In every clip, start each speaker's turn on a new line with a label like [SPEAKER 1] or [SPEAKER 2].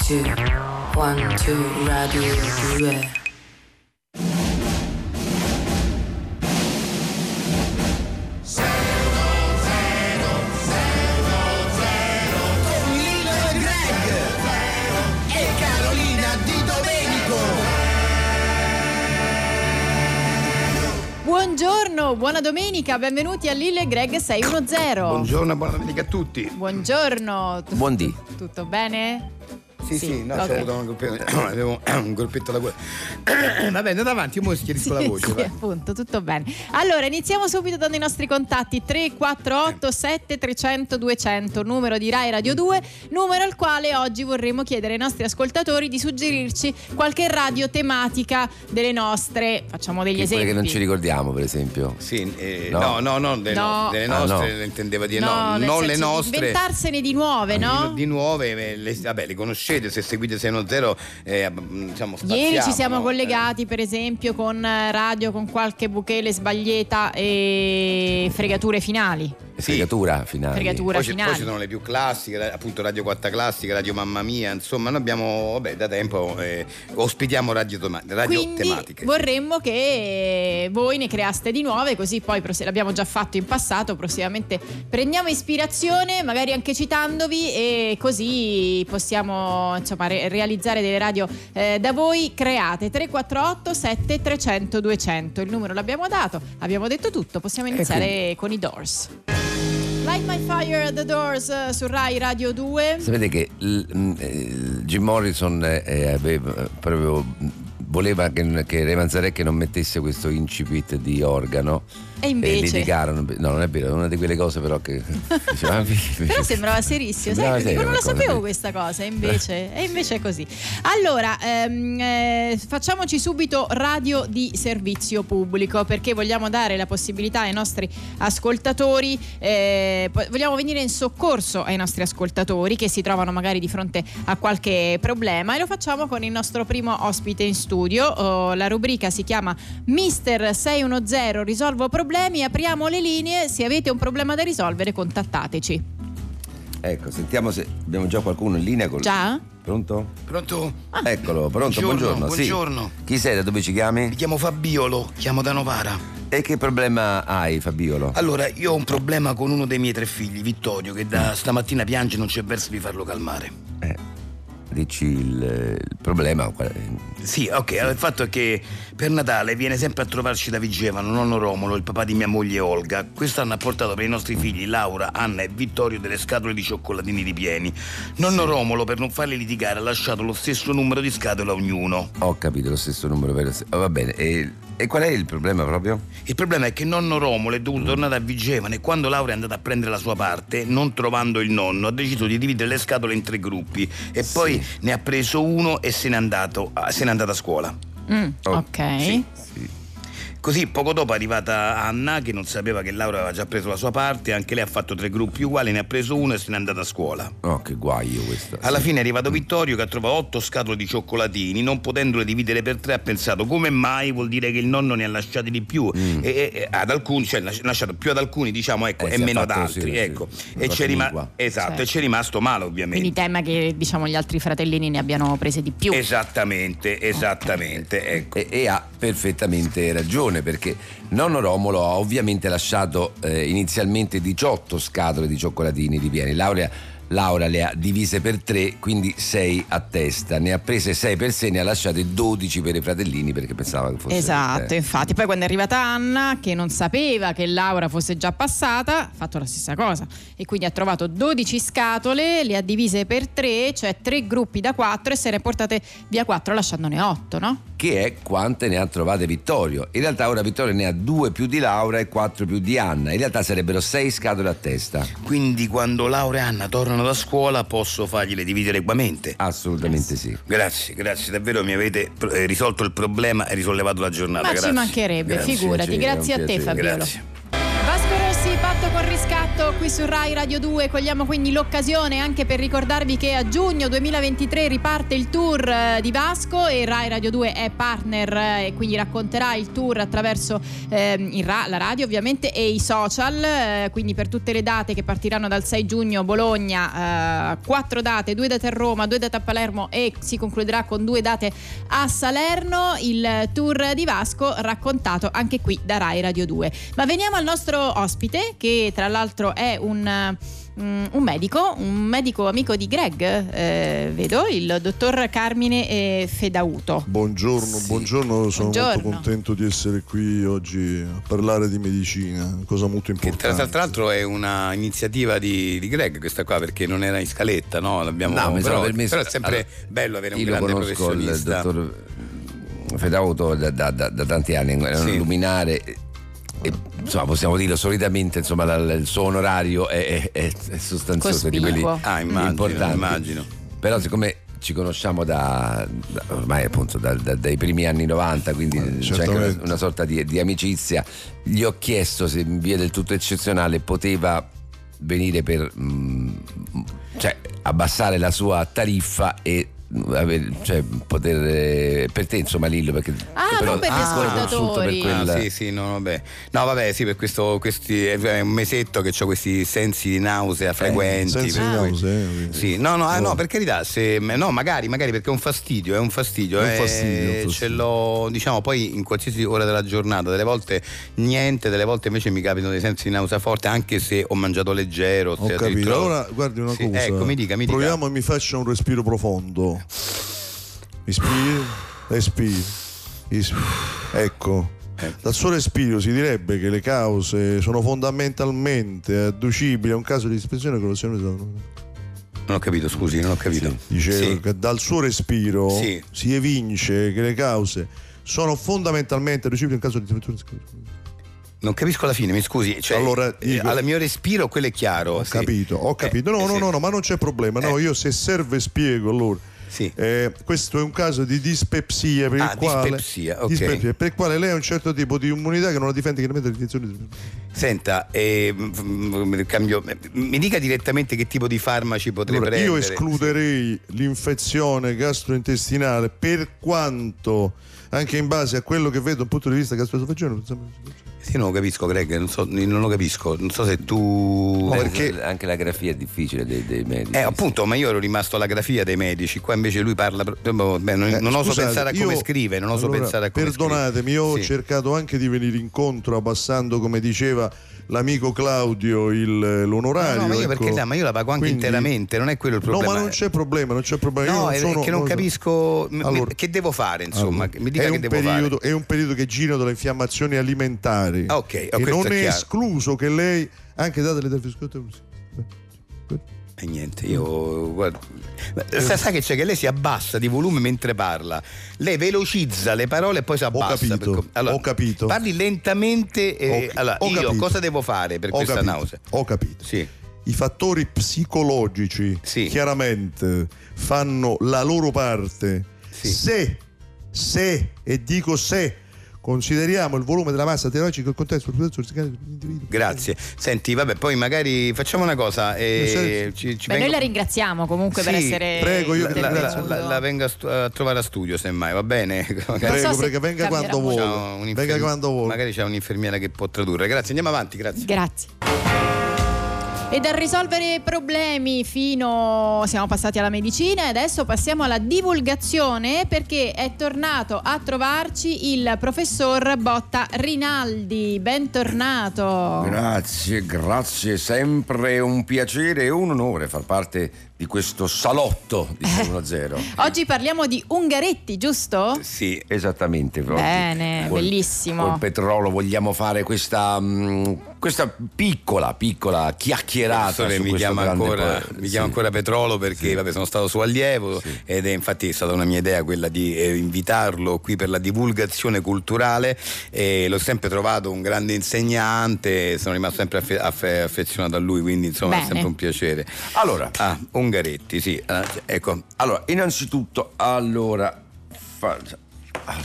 [SPEAKER 1] two, one, two, radio 2.
[SPEAKER 2] con Lino e Greg e Carolina Di Domenico.
[SPEAKER 3] Buongiorno, buona domenica, benvenuti a Lille Greg 610.
[SPEAKER 4] Buongiorno, buona domenica a tutti.
[SPEAKER 3] Buongiorno, tu-
[SPEAKER 5] Buon dì.
[SPEAKER 3] tutto bene?
[SPEAKER 4] Sì,
[SPEAKER 3] Sì,
[SPEAKER 4] sì, no,
[SPEAKER 3] ok.
[SPEAKER 4] c'ho avuto un colpetto, avevo un colpetto alla gola. Va bene, andate avanti, io mo schiarisco la voce.
[SPEAKER 3] Sì,
[SPEAKER 4] vai.
[SPEAKER 3] appunto, tutto bene. Allora, iniziamo subito dando i nostri contatti 348 7300 200, numero di Rai Radio 2, numero al quale oggi vorremmo chiedere ai nostri ascoltatori di suggerirci qualche radio tematica delle nostre. Facciamo degli
[SPEAKER 5] Che
[SPEAKER 3] esempi.
[SPEAKER 5] quelle che non ci ricordiamo, per esempio.
[SPEAKER 4] Sì, eh,
[SPEAKER 5] No.
[SPEAKER 4] no, no, no, delle,
[SPEAKER 3] No.
[SPEAKER 4] no- delle
[SPEAKER 5] Ah,
[SPEAKER 4] nostre,
[SPEAKER 5] no.
[SPEAKER 4] intendeva dire
[SPEAKER 3] No,
[SPEAKER 4] no,
[SPEAKER 3] nel
[SPEAKER 4] non
[SPEAKER 3] senso
[SPEAKER 4] le
[SPEAKER 3] di
[SPEAKER 4] nostre.
[SPEAKER 3] Inventarsene di nuove, no?
[SPEAKER 4] Di, di nuove, eh, le, vabbè, le conoscete, se seguite 610, eh, mm, diciamo, spaziamo,
[SPEAKER 3] Ieri ci siamo
[SPEAKER 4] no?
[SPEAKER 3] collegati per esempio con eh, radio con qualche buchele sbaglieta e fregature finali.
[SPEAKER 4] Eh, sì.
[SPEAKER 5] Fregatura finale.
[SPEAKER 3] Fregatura
[SPEAKER 4] Poi, ci- poi
[SPEAKER 3] finale.
[SPEAKER 4] ci sono le più classiche, ra- appunto Radio 4 Classica, Radio Mamma Mia, insomma, noi abbiamo, vabbè, da tempo eh, ospitiamo radio, toma- radio
[SPEAKER 3] Quindi
[SPEAKER 4] tematiche.
[SPEAKER 3] vorremmo che eh, voi ne creaste di nuove, così poi prose- l'abbiamo già fatto in passato, prossimamente prendiamo ispirazione, magari anche citandovi e così possiamo insomma, re- realizzare delle radio eh, da voi create. 348 7300 200, il numero l'abbiamo dato, abbiamo detto tutto, possiamo iniziare con i Doors. Light My Fire The Doors eh, su Rai Radio 2.
[SPEAKER 5] Sapete che l- mh, eh, Jim Morrison eh, eh, aveva- proprio, mh, voleva che, che Ray Manzarek non mettesse questo incipit di organo.
[SPEAKER 3] E invece-
[SPEAKER 5] E litigarono. No, non è vero, è una di quelle cose però che... diceva, "Ah, vi-
[SPEAKER 3] Però sembrava serissimo,
[SPEAKER 5] Sembrava
[SPEAKER 3] sai?
[SPEAKER 5] seria
[SPEAKER 3] non
[SPEAKER 5] la
[SPEAKER 3] la
[SPEAKER 5] cosa,
[SPEAKER 3] sapevo
[SPEAKER 5] sì.
[SPEAKER 3] questa cosa, invece, e invece è così. Allora, ehm, eh, facciamoci subito radio di servizio pubblico perché vogliamo dare la possibilità ai nostri ascoltatori, eh, po- vogliamo venire in soccorso ai nostri ascoltatori che si trovano magari di fronte a qualche problema e lo facciamo con il nostro primo ospite in studio. Oh, la rubrica si chiama Mister 610 Risolvo problemi, apriamo le linee, se avete un problema da risolvere contattateci.
[SPEAKER 5] Ecco, sentiamo se abbiamo già qualcuno in linea con...
[SPEAKER 3] Già? Ah.
[SPEAKER 5] Pronto?
[SPEAKER 4] Pronto?
[SPEAKER 5] Eccolo, pronto, buongiorno.
[SPEAKER 4] Buongiorno,
[SPEAKER 5] sì.
[SPEAKER 4] buongiorno.
[SPEAKER 5] Chi sei, da dove ci
[SPEAKER 4] Mi
[SPEAKER 5] chiami?
[SPEAKER 4] chiamo Fabiolo, chiamo da Novara.
[SPEAKER 5] E che problema hai, Fabiolo?
[SPEAKER 4] Allora, io ho un problema con uno dei miei tre figli, Vittorio, che da stamattina piange e non c'è verso di farlo calmare.
[SPEAKER 5] Eh, dici il, il problema. qual è?
[SPEAKER 4] Sì, ok, allora il fatto è che per Natale viene sempre a trovarci da Vigevano, nonno Romolo, il papà di mia moglie Olga. Quest'anno ha portato per i nostri figli Laura, Anna e Vittorio delle scatole di cioccolatini ripieni. Nonno Romolo, per non farli litigare, ha lasciato lo stesso numero di scatole a ognuno.
[SPEAKER 5] Ho capito lo stesso numero per oh, va bene. E, e qual è il problema proprio?
[SPEAKER 4] Il problema è che nonno Romolo è dovuto tornare a Vigevano e quando Laura è andata a prendere la sua parte, non trovando il nonno, ha deciso di dividere le scatole in tre gruppi e poi ne ha preso uno e se n'è andato a, se n'è andata a scuola.
[SPEAKER 3] Mm,
[SPEAKER 5] Oh,
[SPEAKER 3] ok.
[SPEAKER 5] sì, sì.
[SPEAKER 4] Così poco dopo è arrivata Anna che non sapeva che Laura aveva già preso la sua parte, anche lei ha fatto tre gruppi uguali, ne ha preso uno e se n'è andata a scuola.
[SPEAKER 5] Oh, che guaio questo.
[SPEAKER 4] Alla
[SPEAKER 5] Sì.
[SPEAKER 4] fine è arrivato Vittorio che ha trovato otto scatole di cioccolatini, non potendole dividere per tre ha pensato come mai vuol dire che il nonno ne ha lasciati di più e, e- e ad alcuni, cioè ne ha lasciato più ad alcuni diciamo
[SPEAKER 5] Mm.
[SPEAKER 4] ecco,
[SPEAKER 5] Eh,
[SPEAKER 4] e
[SPEAKER 5] si è
[SPEAKER 4] meno ad
[SPEAKER 5] fatto così,
[SPEAKER 4] altri,
[SPEAKER 5] sì.
[SPEAKER 4] ecco.
[SPEAKER 5] Una
[SPEAKER 4] E
[SPEAKER 5] cosa
[SPEAKER 4] c'è, rima-
[SPEAKER 5] conigua.
[SPEAKER 4] esatto,
[SPEAKER 3] Certo.
[SPEAKER 4] e c'è rimasto male ovviamente.
[SPEAKER 3] Quindi tema che diciamo gli altri fratellini ne abbiano prese di più.
[SPEAKER 4] Esattamente, esattamente, ecco.
[SPEAKER 5] E, e ha perfettamente ragione perché nonno Romolo ha ovviamente lasciato eh, inizialmente 18 scatole di cioccolatini ripieni. Laura, Laura le ha divise per 3, quindi 6 a testa. Ne ha prese 6 per sé, ne ha lasciate 12 per i fratellini perché pensava che fosse.
[SPEAKER 3] Esatto,
[SPEAKER 5] eh.
[SPEAKER 3] infatti. Poi quando è arrivata Anna, che non sapeva che Laura fosse già passata, ha fatto la stessa cosa. E quindi ha trovato 12 scatole, le ha divise per tre, cioè tre gruppi da quattro, e se ne è portate via quattro lasciandone otto, no?
[SPEAKER 5] che è quante ne ha trovate Vittorio. In realtà ora Vittorio ne ha due più di Laura e quattro più di Anna. In realtà sarebbero sei scatole a testa.
[SPEAKER 4] Quindi quando Laura e Anna tornano da scuola posso fargliele dividere equamente.
[SPEAKER 5] Assolutamente sì.
[SPEAKER 4] Grazie, grazie, davvero mi avete eh, risolto il problema e risollevato la giornata.
[SPEAKER 3] Ma ci
[SPEAKER 4] grazie.
[SPEAKER 3] mancherebbe,
[SPEAKER 4] Grazie.
[SPEAKER 3] figurati.
[SPEAKER 5] sì, è un
[SPEAKER 3] grazie a te,
[SPEAKER 5] piacere.
[SPEAKER 3] Fabiolo.
[SPEAKER 4] Grazie.
[SPEAKER 3] Vasco Marco Rossi, patto con riscatto qui su Rai Radio 2. Cogliamo quindi l'occasione anche per ricordarvi che a giugno 2023 riparte il tour eh, di Vasco e Rai Radio 2 è partner eh, e quindi racconterà il tour attraverso ehm, il ra- la radio ovviamente e i social. eh, quindi per tutte le date che partiranno dal 6 giugno Bologna, eh, quattro date, due date a Roma, due date a Palermo e si concluderà con due date a Salerno. Il tour di Vasco raccontato anche qui da Rai Radio 2. Ma veniamo al nostro ospite, che tra l'altro è un. mm, un medico, un medico amico di Greg, eh, vedo, il dottor Carmine eh, Fedauto.
[SPEAKER 6] Boh, Buongiorno,
[SPEAKER 5] Sì.
[SPEAKER 6] buongiorno, sono molto
[SPEAKER 3] Buongiorno.
[SPEAKER 6] contento di essere qui oggi a parlare di medicina, cosa molto
[SPEAKER 4] Che tra,
[SPEAKER 6] importante.
[SPEAKER 4] tra- tra l'altro è una iniziativa di, di Greg questa qua perché non era in scaletta, no? L'abbiamo
[SPEAKER 5] No, mi sono
[SPEAKER 4] però,
[SPEAKER 5] permesso-
[SPEAKER 4] però è sempre
[SPEAKER 5] allora,
[SPEAKER 4] bello avere un
[SPEAKER 5] Io lo
[SPEAKER 4] grande
[SPEAKER 5] conosco il
[SPEAKER 4] professionista.
[SPEAKER 5] dottor eh, Fedauto da, da- da- da tanti anni, è un
[SPEAKER 4] Sì.
[SPEAKER 5] luminare. e- e, insomma, possiamo dirlo solidamente, insomma, la- la- il suo onorario è, è- è- è sostanzioso di quelli
[SPEAKER 3] Cospicuo.
[SPEAKER 4] Ah, immagino,
[SPEAKER 5] importanti.
[SPEAKER 4] immagino.
[SPEAKER 5] Però siccome ci conosciamo da, da- ormai appunto da- da- dai primi anni 90, quindi
[SPEAKER 6] Eh,
[SPEAKER 5] c'è anche una,
[SPEAKER 6] certamente.
[SPEAKER 5] una sorta di, di amicizia, gli ho chiesto se in via del tutto eccezionale poteva venire per mm, cioè, abbassare la sua tariffa e mm, aver- cioè, poter eh, per te insomma Lillo perché
[SPEAKER 3] Ah,
[SPEAKER 5] che
[SPEAKER 3] non per gli
[SPEAKER 5] ancora consulto per
[SPEAKER 3] ascoltatori.
[SPEAKER 5] quel-
[SPEAKER 4] Ah, sì, sì, no, vabbè. No, vabbè, sì, per questo questi, è un mesetto che ho questi sensi di
[SPEAKER 5] Eh,
[SPEAKER 4] nausea frequenti.
[SPEAKER 6] sensi di
[SPEAKER 4] per cui-
[SPEAKER 6] nausea, quindi.
[SPEAKER 4] Sì, no, no, ah, no,
[SPEAKER 6] No.
[SPEAKER 4] per carità, se, no, magari, magari perché è un fastidio, è un fastidio.
[SPEAKER 6] È un
[SPEAKER 4] eh,
[SPEAKER 6] fastidio, è un
[SPEAKER 4] Ce
[SPEAKER 6] fastidio.
[SPEAKER 4] l'ho, diciamo, poi in qualsiasi ora della giornata, delle volte niente, delle volte invece mi capitano dei sensi di nausea forte, anche se ho mangiato leggero.
[SPEAKER 6] Ho
[SPEAKER 4] se
[SPEAKER 6] capito.
[SPEAKER 4] addirittura-
[SPEAKER 6] Allora, guardi una
[SPEAKER 4] Sì,
[SPEAKER 6] cosa.
[SPEAKER 4] Ecco, mi dica, mi dica.
[SPEAKER 6] Proviamo e mi faccia un respiro profondo. Ispiri, espiri. is- Ecco. Dal suo respiro si direbbe che le cause sono fondamentalmente adducibili a un caso di ispezione che lo si
[SPEAKER 4] Non ho capito, scusi, non ho capito.
[SPEAKER 6] Dicevo
[SPEAKER 4] Sì.
[SPEAKER 6] che dal suo respiro
[SPEAKER 4] Sì.
[SPEAKER 6] si evince che le cause sono fondamentalmente adducibili a un caso di ispezione.
[SPEAKER 4] Non capisco la fine, mi scusi. Cioè,
[SPEAKER 6] Allora,
[SPEAKER 4] eh,
[SPEAKER 6] dico-
[SPEAKER 4] al mio respiro quello è chiaro.
[SPEAKER 6] Ho
[SPEAKER 4] sì.
[SPEAKER 6] capito, ho capito. No,
[SPEAKER 4] eh,
[SPEAKER 6] no,
[SPEAKER 4] sì. Eh.
[SPEAKER 6] no, no, ma non c'è problema. No, io se serve spiego allora.
[SPEAKER 4] Sì.
[SPEAKER 6] Eh, questo è un caso di dispepsia per
[SPEAKER 4] Ah,
[SPEAKER 6] il quale
[SPEAKER 4] dispepsia, ok.
[SPEAKER 6] dispepsia, per il quale lei ha un certo tipo di immunità che non la difende chiaramente l'infezione.
[SPEAKER 4] Senta, eh, m- m- cambio- mi dica direttamente che tipo di farmaci potrei
[SPEAKER 6] Allora,
[SPEAKER 4] prendere.
[SPEAKER 6] io escluderei l'infezione gastrointestinale per quanto anche in base a quello che vedo da un punto di vista gastroesofagiano.
[SPEAKER 4] Sì, non lo capisco, Greg, non, so, non lo capisco. Non so se tu.
[SPEAKER 6] No,
[SPEAKER 5] Eh,
[SPEAKER 6] perché-
[SPEAKER 5] anche la grafia è difficile dei, dei medici
[SPEAKER 4] Eh, appunto, ma io ero rimasto alla grafia dei medici, qua invece lui parla. pro- boh, Beh,
[SPEAKER 6] Eh,
[SPEAKER 4] non, non oso pensare a come scrive, non oso pensare a come
[SPEAKER 6] Perdonatemi,
[SPEAKER 4] scrive.
[SPEAKER 6] io ho
[SPEAKER 4] Sì.
[SPEAKER 6] cercato anche di venire incontro abbassando, come diceva l'amico Claudio, il- l'onorario.
[SPEAKER 4] No, no, ma io
[SPEAKER 6] ecco.
[SPEAKER 4] perché sa, ma io la pago anche
[SPEAKER 6] Quindi-
[SPEAKER 4] interamente, non è quello il problema.
[SPEAKER 6] No, ma non c'è problema, non c'è problema.
[SPEAKER 4] No,
[SPEAKER 6] io non
[SPEAKER 4] è
[SPEAKER 6] sono-
[SPEAKER 4] che non capisco m-
[SPEAKER 6] Allora-
[SPEAKER 4] Oh, che devo fare, insomma,
[SPEAKER 6] Allora,
[SPEAKER 4] mi dica
[SPEAKER 6] è
[SPEAKER 4] che
[SPEAKER 6] un
[SPEAKER 4] devo
[SPEAKER 6] periodo,
[SPEAKER 4] fare.
[SPEAKER 6] È un periodo che gira dalle infiammazioni alimentari.
[SPEAKER 4] Ah, ok, ah,
[SPEAKER 6] e
[SPEAKER 4] questo
[SPEAKER 6] non
[SPEAKER 4] è
[SPEAKER 6] è,
[SPEAKER 4] chiaro.
[SPEAKER 6] escluso che lei, anche date le interviste.
[SPEAKER 4] E Eh, niente, io guarda. Sa, sa che c'è che lei si abbassa di volume mentre parla. Lei velocizza le parole e poi si abbassa.
[SPEAKER 6] capito,
[SPEAKER 4] perché-
[SPEAKER 6] ho capito.
[SPEAKER 4] Parli lentamente e
[SPEAKER 6] Ho-
[SPEAKER 4] allora
[SPEAKER 6] ho
[SPEAKER 4] io
[SPEAKER 6] capito.
[SPEAKER 4] cosa devo fare per
[SPEAKER 6] Ho
[SPEAKER 4] questa
[SPEAKER 6] capito,
[SPEAKER 4] nausea?
[SPEAKER 6] Ho capito.
[SPEAKER 4] Sì.
[SPEAKER 6] I fattori psicologici
[SPEAKER 4] Sì.
[SPEAKER 6] chiaramente fanno la loro parte.
[SPEAKER 4] Sì.
[SPEAKER 6] Se, se, e dico se, consideriamo il volume della massa teorica il contesto dell'individuo.
[SPEAKER 4] Grazie. Senti, vabbè, poi magari facciamo una cosa. eh,
[SPEAKER 6] Grazie.
[SPEAKER 4] ci, ci
[SPEAKER 3] Beh, noi
[SPEAKER 4] vengo-
[SPEAKER 3] la ringraziamo comunque per
[SPEAKER 4] Sì,
[SPEAKER 3] essere
[SPEAKER 6] prego, io
[SPEAKER 4] la, la-
[SPEAKER 6] ringrazio.
[SPEAKER 4] la- la vengo a, stu- a trovare a studio, semmai, va bene? Magari
[SPEAKER 6] Prego,
[SPEAKER 3] so se
[SPEAKER 6] prego, venga
[SPEAKER 3] cambierà
[SPEAKER 6] quando
[SPEAKER 4] c'è
[SPEAKER 6] vuole.
[SPEAKER 4] un'infer-
[SPEAKER 6] Venga quando vuole.
[SPEAKER 4] Magari c'è un'infermiera che può tradurre. Grazie, andiamo avanti, grazie.
[SPEAKER 3] Grazie. E dal risolvere problemi fino siamo passati alla medicina e adesso passiamo alla divulgazione perché è tornato a trovarci il professor Botta Rinaldi. Bentornato.
[SPEAKER 5] Grazie, grazie, sempre un piacere e un onore far parte di questo salotto di
[SPEAKER 3] Eh.
[SPEAKER 5] 1-0.
[SPEAKER 3] Oggi parliamo di Ungaretti, giusto?
[SPEAKER 4] Sì,
[SPEAKER 5] Esattamente, Flor.
[SPEAKER 3] Bene, bellissimo.
[SPEAKER 5] Col petrolio vogliamo fare questa, mh, questa piccola, piccola chiacchierata.
[SPEAKER 4] Professore,
[SPEAKER 5] su
[SPEAKER 4] mi
[SPEAKER 5] questo
[SPEAKER 4] chiama,
[SPEAKER 5] grande
[SPEAKER 4] ancora,
[SPEAKER 5] poeta.
[SPEAKER 4] mi chiama
[SPEAKER 5] Sì.
[SPEAKER 4] ancora Petrolo perché vabbè, sono stato suo allievo ed è infatti è stata una mia idea quella di eh, invitarlo qui per la divulgazione culturale e l'ho sempre trovato un grande insegnante sono rimasto sempre affe- affe- affezionato a lui quindi insomma è
[SPEAKER 3] Bene.
[SPEAKER 4] sempre un piacere
[SPEAKER 5] Allora,
[SPEAKER 4] ah Ungaretti sì ah, ecco
[SPEAKER 5] allora, innanzitutto, allora, fa- allora,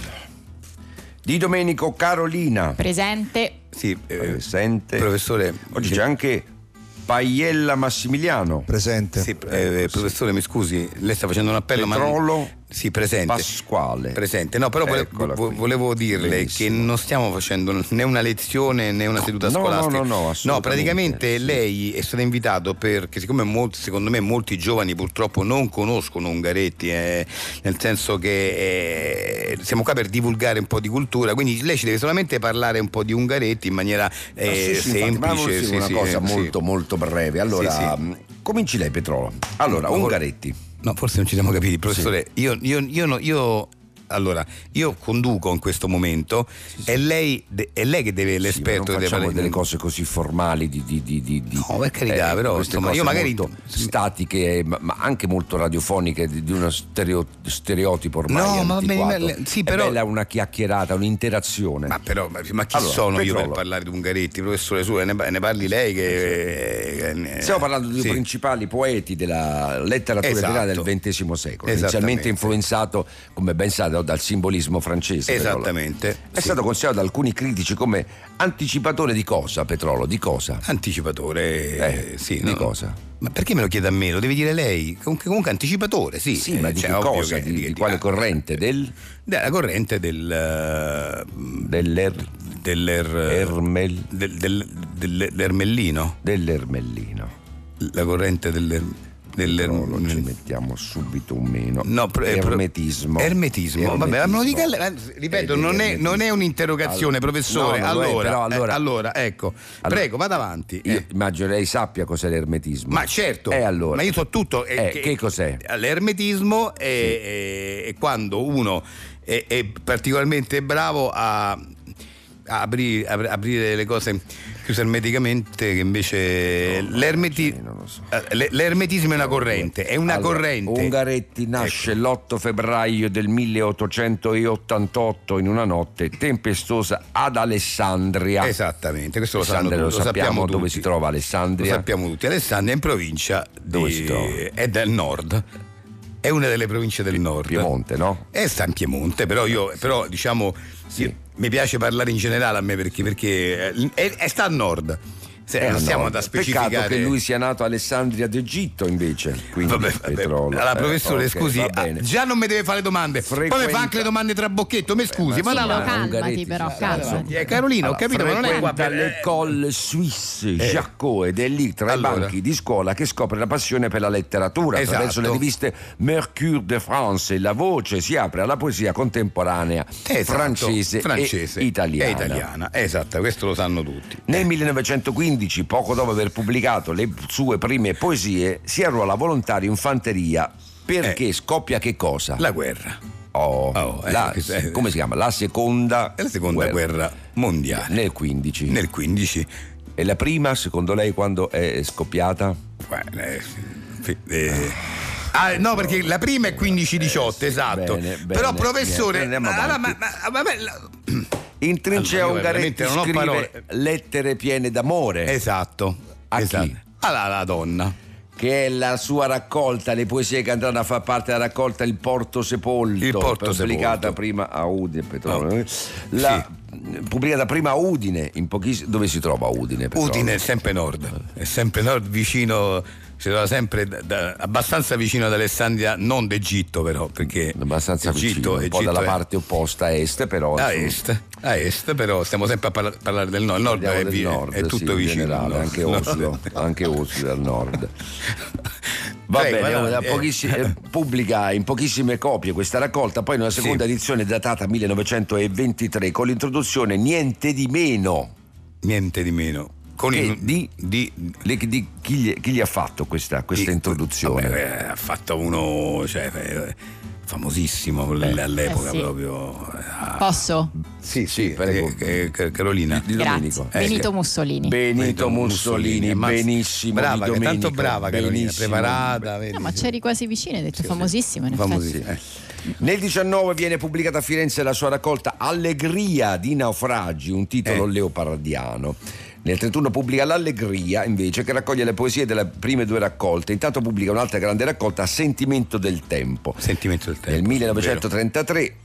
[SPEAKER 5] Di Domenico Carolina.
[SPEAKER 3] Presente.
[SPEAKER 4] Sì, eh,
[SPEAKER 5] Presente.
[SPEAKER 4] Professore,
[SPEAKER 5] Oggi
[SPEAKER 4] sì.
[SPEAKER 5] c'è anche Paiella Massimiliano.
[SPEAKER 6] Presente.
[SPEAKER 4] Sì, eh, professore, mi scusi, lei sta facendo un appello, ma.
[SPEAKER 5] Petrolo
[SPEAKER 4] Sì, presente.
[SPEAKER 5] Pasquale.
[SPEAKER 4] Presente. No, però vole-
[SPEAKER 5] Eccola
[SPEAKER 4] vo-
[SPEAKER 5] qui.
[SPEAKER 4] volevo dirle
[SPEAKER 5] Benissimo.
[SPEAKER 4] che non stiamo facendo né una lezione né una seduta
[SPEAKER 5] no, no,
[SPEAKER 4] scolastica.
[SPEAKER 5] no, no,
[SPEAKER 4] no,
[SPEAKER 5] assolutamente,
[SPEAKER 4] praticamente
[SPEAKER 5] sì.
[SPEAKER 4] lei è stato invitato perché, siccome molti, secondo me molti giovani purtroppo non conoscono Ungaretti, eh, nel senso che eh, siamo qua per divulgare un po' di cultura, quindi lei ci deve solamente parlare un po' di Ungaretti in maniera
[SPEAKER 5] Ah,
[SPEAKER 4] eh,
[SPEAKER 5] sì, sì, infatti, ma
[SPEAKER 4] semplice.
[SPEAKER 5] sì,
[SPEAKER 4] sì,
[SPEAKER 5] una
[SPEAKER 4] sì,
[SPEAKER 5] cosa
[SPEAKER 4] eh, sì.
[SPEAKER 5] molto molto breve. Allora,
[SPEAKER 4] Sì, sì.
[SPEAKER 5] mh, cominci lei Petrolo. Allora,
[SPEAKER 4] Vor-
[SPEAKER 5] Ungaretti.
[SPEAKER 4] No, forse non ci siamo capiti, professore. Io, io- io no- io- allora, io conduco in questo momento, è, lei, de- è lei che deve,
[SPEAKER 5] Sì, ma non
[SPEAKER 4] l'esperto che deve
[SPEAKER 5] facciamo
[SPEAKER 4] parlare.
[SPEAKER 5] delle cose così formali di, di, di, di- Eh, di-
[SPEAKER 4] No, per carità, però,
[SPEAKER 5] queste
[SPEAKER 4] insomma,
[SPEAKER 5] cose
[SPEAKER 4] io magari-
[SPEAKER 5] molto statiche ma, ma anche molto radiofoniche di, di uno stereo- stereotipo ormai
[SPEAKER 4] No, ma
[SPEAKER 5] antiquato.
[SPEAKER 4] bene, bene, sì,
[SPEAKER 5] È
[SPEAKER 4] però-
[SPEAKER 5] bella una chiacchierata un'interazione
[SPEAKER 4] Ma però, ma, ma chi
[SPEAKER 5] Allora,
[SPEAKER 4] sono io per
[SPEAKER 5] Petrollo.
[SPEAKER 4] parlare di Ungaretti, professore? Su, ne, ne parli lei che... eh,
[SPEAKER 5] Stiamo parlando di
[SPEAKER 4] sì.
[SPEAKER 5] due principali poeti della letteratura
[SPEAKER 4] Esatto.
[SPEAKER 5] italiana del XX secolo,
[SPEAKER 4] Esattamente.
[SPEAKER 5] inizialmente influenzato, come ben sa, dal simbolismo francese. Petrolo.
[SPEAKER 4] Esattamente.
[SPEAKER 5] È
[SPEAKER 4] sì.
[SPEAKER 5] stato considerato da alcuni critici come anticipatore di cosa, Petrolo? Di cosa?
[SPEAKER 4] Anticipatore,
[SPEAKER 5] Eh,
[SPEAKER 4] sì.
[SPEAKER 5] di cosa?
[SPEAKER 4] Ma perché me lo chiede a me? Lo deve dire lei. Comunque, comunque anticipatore, sì.
[SPEAKER 5] Sì, ma
[SPEAKER 4] Eh,
[SPEAKER 5] di
[SPEAKER 4] cioè,
[SPEAKER 5] che
[SPEAKER 4] ovvio
[SPEAKER 5] cosa?
[SPEAKER 4] che-
[SPEAKER 5] di,
[SPEAKER 4] che-
[SPEAKER 5] di quale corrente? Del,
[SPEAKER 4] eh, Della corrente del... eh,
[SPEAKER 5] dell'er-
[SPEAKER 4] dell'er,
[SPEAKER 5] Ermel-
[SPEAKER 4] del- del- del- dell'ermellino
[SPEAKER 5] dell'ermellino.
[SPEAKER 4] la corrente dell'er,
[SPEAKER 5] Petrolo, ci
[SPEAKER 4] dell'ermellino
[SPEAKER 5] mettiamo subito un meno.
[SPEAKER 4] No, pro- eh, pro-
[SPEAKER 5] ermetismo.
[SPEAKER 4] Ermetismo. Vabbè, ma me lo dica lei, anzi, ripeto,
[SPEAKER 5] Eh,
[SPEAKER 4] non, è,
[SPEAKER 5] ermetismo.
[SPEAKER 4] non è un'interrogazione,
[SPEAKER 5] Allora-
[SPEAKER 4] professore.
[SPEAKER 5] No, non lo è,
[SPEAKER 4] allora,
[SPEAKER 5] però
[SPEAKER 4] eh,
[SPEAKER 5] allora-
[SPEAKER 4] allora, ecco,
[SPEAKER 5] Allora-
[SPEAKER 4] prego, vada avanti.
[SPEAKER 5] Io
[SPEAKER 4] eh.
[SPEAKER 5] immagino lei sappia cos'è l'ermetismo.
[SPEAKER 4] Ma certo,
[SPEAKER 5] Eh, allora.
[SPEAKER 4] ma io so tutto. eh,
[SPEAKER 5] Eh, che cos'è?
[SPEAKER 4] L'ermetismo è, è- è quando uno è, è particolarmente bravo a, a apri- apri- aprire le cose chiuse ermeticamente, che invece l'ermeti-
[SPEAKER 5] sì, non lo so.
[SPEAKER 4] eh, le- l'ermetismo è una corrente, è una
[SPEAKER 5] Allora,
[SPEAKER 4] corrente. Ecco.
[SPEAKER 5] Ungaretti nasce l'8 febbraio del 1888 in una notte tempestosa ad Alessandria.
[SPEAKER 4] Esattamente, Eh, questo lo, sanno,
[SPEAKER 5] Alessandria,
[SPEAKER 4] tutti,
[SPEAKER 5] lo sappiamo
[SPEAKER 4] tutti.
[SPEAKER 5] dove si trova Alessandria.
[SPEAKER 4] Lo sappiamo tutti. Alessandria è in provincia di-
[SPEAKER 5] Dove si trova?
[SPEAKER 4] È del nord. È una delle province del nord.
[SPEAKER 5] Piemonte, no? Eh,
[SPEAKER 4] Eh, sta in Piemonte, però io, però, diciamo, io- mi piace parlare in generale a me perché, perché eh, è, è- sta a nord. Se,
[SPEAKER 5] Eh,
[SPEAKER 4] non stiamo
[SPEAKER 5] no,
[SPEAKER 4] da specificare.
[SPEAKER 5] Peccato che lui sia nato a Alessandria d'Egitto invece. Quindi
[SPEAKER 4] Vabbè, vabbè.
[SPEAKER 5] Petrolo.
[SPEAKER 4] Allora,
[SPEAKER 5] Eh,
[SPEAKER 4] professore,
[SPEAKER 5] ok,
[SPEAKER 4] scusi,
[SPEAKER 5] va
[SPEAKER 4] ah,
[SPEAKER 5] bene.
[SPEAKER 4] già non mi deve fare domande. Poi mi fa
[SPEAKER 5] Frequenta-
[SPEAKER 4] anche le domande tra bocchetto, mi scusi, ma,
[SPEAKER 5] Ma
[SPEAKER 4] la-
[SPEAKER 5] insomma,
[SPEAKER 4] la-
[SPEAKER 3] calmati,
[SPEAKER 5] Ungaretti,
[SPEAKER 3] però,
[SPEAKER 5] sì,
[SPEAKER 3] calmati.
[SPEAKER 5] insomma.
[SPEAKER 4] Eh, Carolina, ho capito, ma non è qua per- Eh.
[SPEAKER 5] l'École Suisse Jacot ed è lì tra
[SPEAKER 4] Allora.
[SPEAKER 5] i banchi di scuola che scopre la passione per la letteratura attraverso
[SPEAKER 4] Esatto.
[SPEAKER 5] le riviste Mercure de France e La Voce si apre alla poesia contemporanea
[SPEAKER 4] Esatto,
[SPEAKER 5] francese,
[SPEAKER 4] francese
[SPEAKER 5] e italiana.
[SPEAKER 4] E italiana, esatto, questo lo sanno tutti.
[SPEAKER 5] Nel 1915, poco dopo aver pubblicato le sue prime poesie, si arruola volontario in fanteria perché
[SPEAKER 4] Eh.
[SPEAKER 5] scoppia che cosa?
[SPEAKER 4] La guerra.
[SPEAKER 5] Oh,
[SPEAKER 4] Oh, eh,
[SPEAKER 5] la-
[SPEAKER 4] che se-
[SPEAKER 5] come si chiama? La seconda,
[SPEAKER 4] È la seconda guerra, mondiale.
[SPEAKER 5] Nel 15.
[SPEAKER 4] Nel 15.
[SPEAKER 5] E la prima, secondo lei, quando è scoppiata?
[SPEAKER 4] eh, fi- eh. Ah, no, perché la prima è 15-18, esatto.
[SPEAKER 5] Eh, bene, bene,
[SPEAKER 4] Però, professore,
[SPEAKER 5] niente, andiamo
[SPEAKER 4] allora, ma,
[SPEAKER 5] avanti.
[SPEAKER 4] ma- vabbè, la-
[SPEAKER 5] In trincea
[SPEAKER 4] Allora, io
[SPEAKER 5] Ungaretti
[SPEAKER 4] veramente non ho
[SPEAKER 5] scrive
[SPEAKER 4] parole.
[SPEAKER 5] lettere piene d'amore,
[SPEAKER 4] esatto.
[SPEAKER 5] A chi?
[SPEAKER 4] esatto. Alla, alla donna.
[SPEAKER 5] che è la sua raccolta, le poesie che andranno a far parte della raccolta Il Porto Sepolto,
[SPEAKER 4] Il Porto
[SPEAKER 5] pubblicata
[SPEAKER 4] Sepolto. Ah,
[SPEAKER 5] prima a Udine, Petrolio.
[SPEAKER 4] No.
[SPEAKER 5] La- pubblicata prima a Udine, in pochissimi- dove si trova Udine? Petrolio?
[SPEAKER 4] Udine è sempre nord, è sempre nord vicino, si trova sempre da- da- abbastanza vicino ad Alessandria, non d'Egitto però, perché
[SPEAKER 5] abbastanza vicino, un po' dalla
[SPEAKER 4] è- Eh,
[SPEAKER 5] parte opposta a est, però
[SPEAKER 4] A
[SPEAKER 5] insomma,
[SPEAKER 4] est, a est, però stiamo sempre a parla- parlare del nord. Il nord
[SPEAKER 5] parliamo
[SPEAKER 4] è,
[SPEAKER 5] del
[SPEAKER 4] vi-
[SPEAKER 5] nord,
[SPEAKER 4] è tutto
[SPEAKER 5] sì, in
[SPEAKER 4] vicino.
[SPEAKER 5] generale,
[SPEAKER 4] no?
[SPEAKER 5] anche
[SPEAKER 4] No.
[SPEAKER 5] Oslo, anche Oslo è al nord. Va
[SPEAKER 4] Prego,
[SPEAKER 5] bene,
[SPEAKER 4] avanti,
[SPEAKER 5] da
[SPEAKER 4] eh.
[SPEAKER 5] pochissimi- eh, pubblica in pochissime copie questa raccolta, poi nella seconda edizione datata 1923 con l'introduzione Niente di meno.
[SPEAKER 4] Niente di meno. Con
[SPEAKER 5] Che
[SPEAKER 4] il-
[SPEAKER 5] di-
[SPEAKER 4] di-
[SPEAKER 5] Le- di- chi, gli, chi gli ha fatto questa, questa
[SPEAKER 4] di-
[SPEAKER 5] introduzione?
[SPEAKER 4] vabbè, eh, ha fatto uno cioè, eh, famosissimo l- all'epoca
[SPEAKER 3] Eh, sì.
[SPEAKER 4] proprio. eh,
[SPEAKER 3] Posso?
[SPEAKER 4] sì, sì,
[SPEAKER 5] prego.
[SPEAKER 4] eh, eh, Carolina.
[SPEAKER 5] Di Domenico. Eh,
[SPEAKER 3] Grazie. Benito Mussolini.
[SPEAKER 5] Benito Mussolini,
[SPEAKER 4] ammazza.
[SPEAKER 5] benissimo
[SPEAKER 4] brava,
[SPEAKER 5] di
[SPEAKER 4] che
[SPEAKER 5] Domenico.
[SPEAKER 4] tanto brava Carolina,
[SPEAKER 5] benissimo.
[SPEAKER 4] preparata. vedi,
[SPEAKER 3] No, ma
[SPEAKER 4] sì.
[SPEAKER 3] c'eri quasi vicino, hai detto
[SPEAKER 4] sì.
[SPEAKER 3] famosissimo. In
[SPEAKER 4] Famosissimo,
[SPEAKER 3] effetti.
[SPEAKER 4] eh.
[SPEAKER 5] Nel 19 viene pubblicata a Firenze la sua raccolta Allegria di naufragi, un titolo
[SPEAKER 4] Eh.
[SPEAKER 5] leopardiano. Nel 31 pubblica L'Allegria, invece, che raccoglie le poesie delle prime due raccolte. Intanto pubblica un'altra grande raccolta, Sentimento del tempo.
[SPEAKER 4] Sentimento del tempo.
[SPEAKER 5] Nel
[SPEAKER 4] vero.
[SPEAKER 5] 1933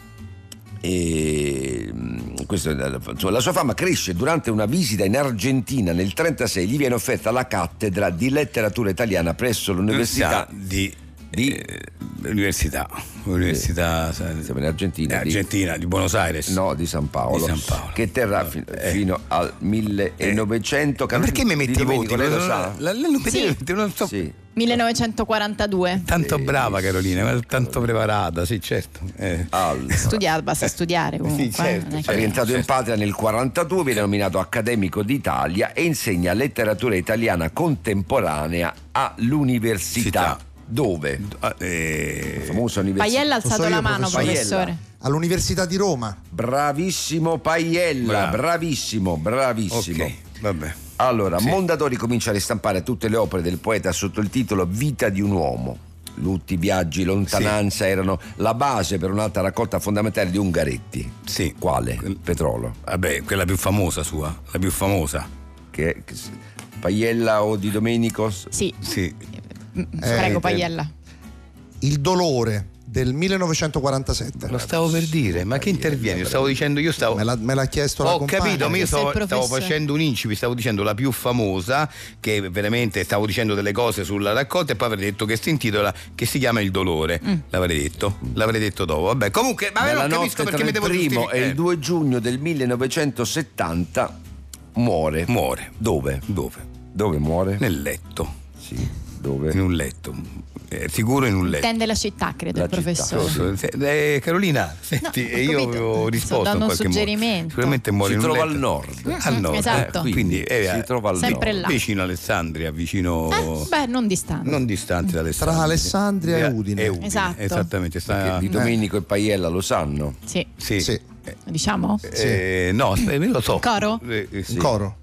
[SPEAKER 5] e, mm, questo è la- insomma, la sua fama cresce durante una visita in Argentina nel 1936 gli viene offerta la cattedra di letteratura italiana presso l'università
[SPEAKER 4] di,
[SPEAKER 5] di-
[SPEAKER 4] eh, università, università
[SPEAKER 5] siamo in Argentina,
[SPEAKER 4] eh,
[SPEAKER 5] di-
[SPEAKER 4] Argentina, di Buenos Aires.
[SPEAKER 5] no, di San Paolo,
[SPEAKER 4] Di San Paolo.
[SPEAKER 5] che terrà fi-
[SPEAKER 4] Eh.
[SPEAKER 5] fino al 1900
[SPEAKER 6] Ma perché mi metti
[SPEAKER 5] di
[SPEAKER 6] i voti?
[SPEAKER 5] Domenico, lei lo sa?
[SPEAKER 4] La- lei non
[SPEAKER 3] Sì.
[SPEAKER 4] vedete, non so-
[SPEAKER 5] Sì.
[SPEAKER 3] 1942.
[SPEAKER 4] Tanto brava Carolina, ma tanto preparata, sì certo. eh.
[SPEAKER 5] Allora.
[SPEAKER 3] Studiare, basta studiare comunque. eh,
[SPEAKER 4] certo,
[SPEAKER 3] non è
[SPEAKER 5] È
[SPEAKER 3] che-
[SPEAKER 5] rientrato in patria nel 1942, viene nominato accademico d'Italia e insegna letteratura italiana contemporanea all'università.
[SPEAKER 4] Città.
[SPEAKER 5] Dove?
[SPEAKER 4] Ah, eh,
[SPEAKER 5] La famosa
[SPEAKER 3] Paiella ha
[SPEAKER 5] università.
[SPEAKER 7] Lo
[SPEAKER 3] alzato
[SPEAKER 7] so io,
[SPEAKER 3] la mano,
[SPEAKER 5] professore.
[SPEAKER 3] professore.
[SPEAKER 7] All'Università di Roma.
[SPEAKER 5] Bravissimo Paiella,
[SPEAKER 4] Bravo.
[SPEAKER 5] bravissimo, bravissimo.
[SPEAKER 4] ok, vabbè.
[SPEAKER 5] Allora, Mondadori comincia a ristampare tutte le opere del poeta sotto il titolo Vita di un uomo. Lutti, viaggi, lontananza erano la base per un'altra raccolta fondamentale di Ungaretti.
[SPEAKER 4] Sì.
[SPEAKER 5] Quale?
[SPEAKER 4] Quel-
[SPEAKER 5] Petrolo.
[SPEAKER 4] Vabbè, quella più famosa sua, la più famosa.
[SPEAKER 5] Che, che- Paiella o di Domenico?
[SPEAKER 3] Sì.
[SPEAKER 4] Sì.
[SPEAKER 3] Mm, Prego, Paiella.
[SPEAKER 7] Eh, Il dolore del 1947.
[SPEAKER 4] Lo stavo per dire, ma che interviene? Io Stavo dicendo, io stavo.
[SPEAKER 7] Me l'ha, me l'ha chiesto la
[SPEAKER 4] Ho
[SPEAKER 7] compagna.
[SPEAKER 4] capito, ma io
[SPEAKER 3] Perché sei
[SPEAKER 4] stavo,
[SPEAKER 3] il
[SPEAKER 4] stavo
[SPEAKER 3] professore.
[SPEAKER 4] facendo un incipit, stavo dicendo la più famosa, che veramente stavo dicendo delle cose sulla raccolta e poi avrei detto che si intitola che si chiama Il dolore.
[SPEAKER 3] Mm.
[SPEAKER 4] L'avrei detto, l'avrei detto dopo. Vabbè, comunque, ma io
[SPEAKER 5] Nella
[SPEAKER 4] non
[SPEAKER 5] notte
[SPEAKER 4] capisco
[SPEAKER 5] tra
[SPEAKER 4] perché mi
[SPEAKER 5] il
[SPEAKER 4] devo
[SPEAKER 5] primo e
[SPEAKER 4] giustificare.
[SPEAKER 5] il 2 giugno del 1970 muore.
[SPEAKER 4] Muore.
[SPEAKER 5] Dove?
[SPEAKER 4] Dove?
[SPEAKER 5] Dove muore?
[SPEAKER 4] Nel letto.
[SPEAKER 5] Sì, dove?
[SPEAKER 4] In un letto. Eh, sicuro in un letto.
[SPEAKER 3] Tende la città, credo,
[SPEAKER 5] La
[SPEAKER 3] il professore.
[SPEAKER 5] città.
[SPEAKER 4] Eh, Carolina, senti,
[SPEAKER 3] ho
[SPEAKER 4] io
[SPEAKER 3] capito.
[SPEAKER 4] avevo
[SPEAKER 3] Sto
[SPEAKER 4] risposto
[SPEAKER 3] dando
[SPEAKER 4] a
[SPEAKER 3] un
[SPEAKER 4] qualche modo.
[SPEAKER 3] suggerimento.
[SPEAKER 4] Sicuramente muore
[SPEAKER 5] si
[SPEAKER 4] in un
[SPEAKER 5] trova al
[SPEAKER 4] letto.
[SPEAKER 5] nord.
[SPEAKER 4] Al nord,
[SPEAKER 3] esatto.
[SPEAKER 4] eh, quindi eh,
[SPEAKER 5] si trova al
[SPEAKER 3] Sempre
[SPEAKER 5] nord.
[SPEAKER 3] là.
[SPEAKER 4] vicino Alessandria, vicino
[SPEAKER 3] Eh, beh, non distante.
[SPEAKER 4] non distante da Alessandria.
[SPEAKER 7] Tra Alessandria e Udine.
[SPEAKER 3] Esatto.
[SPEAKER 4] Esattamente, sta eh,
[SPEAKER 5] Di Domenico e Paiella lo sanno.
[SPEAKER 3] Sì.
[SPEAKER 4] sì.
[SPEAKER 7] Sì.
[SPEAKER 3] Diciamo?
[SPEAKER 4] Eh, no, aspetta, io lo so.
[SPEAKER 3] Coro?
[SPEAKER 4] Eh, eh, sì.
[SPEAKER 7] Coro.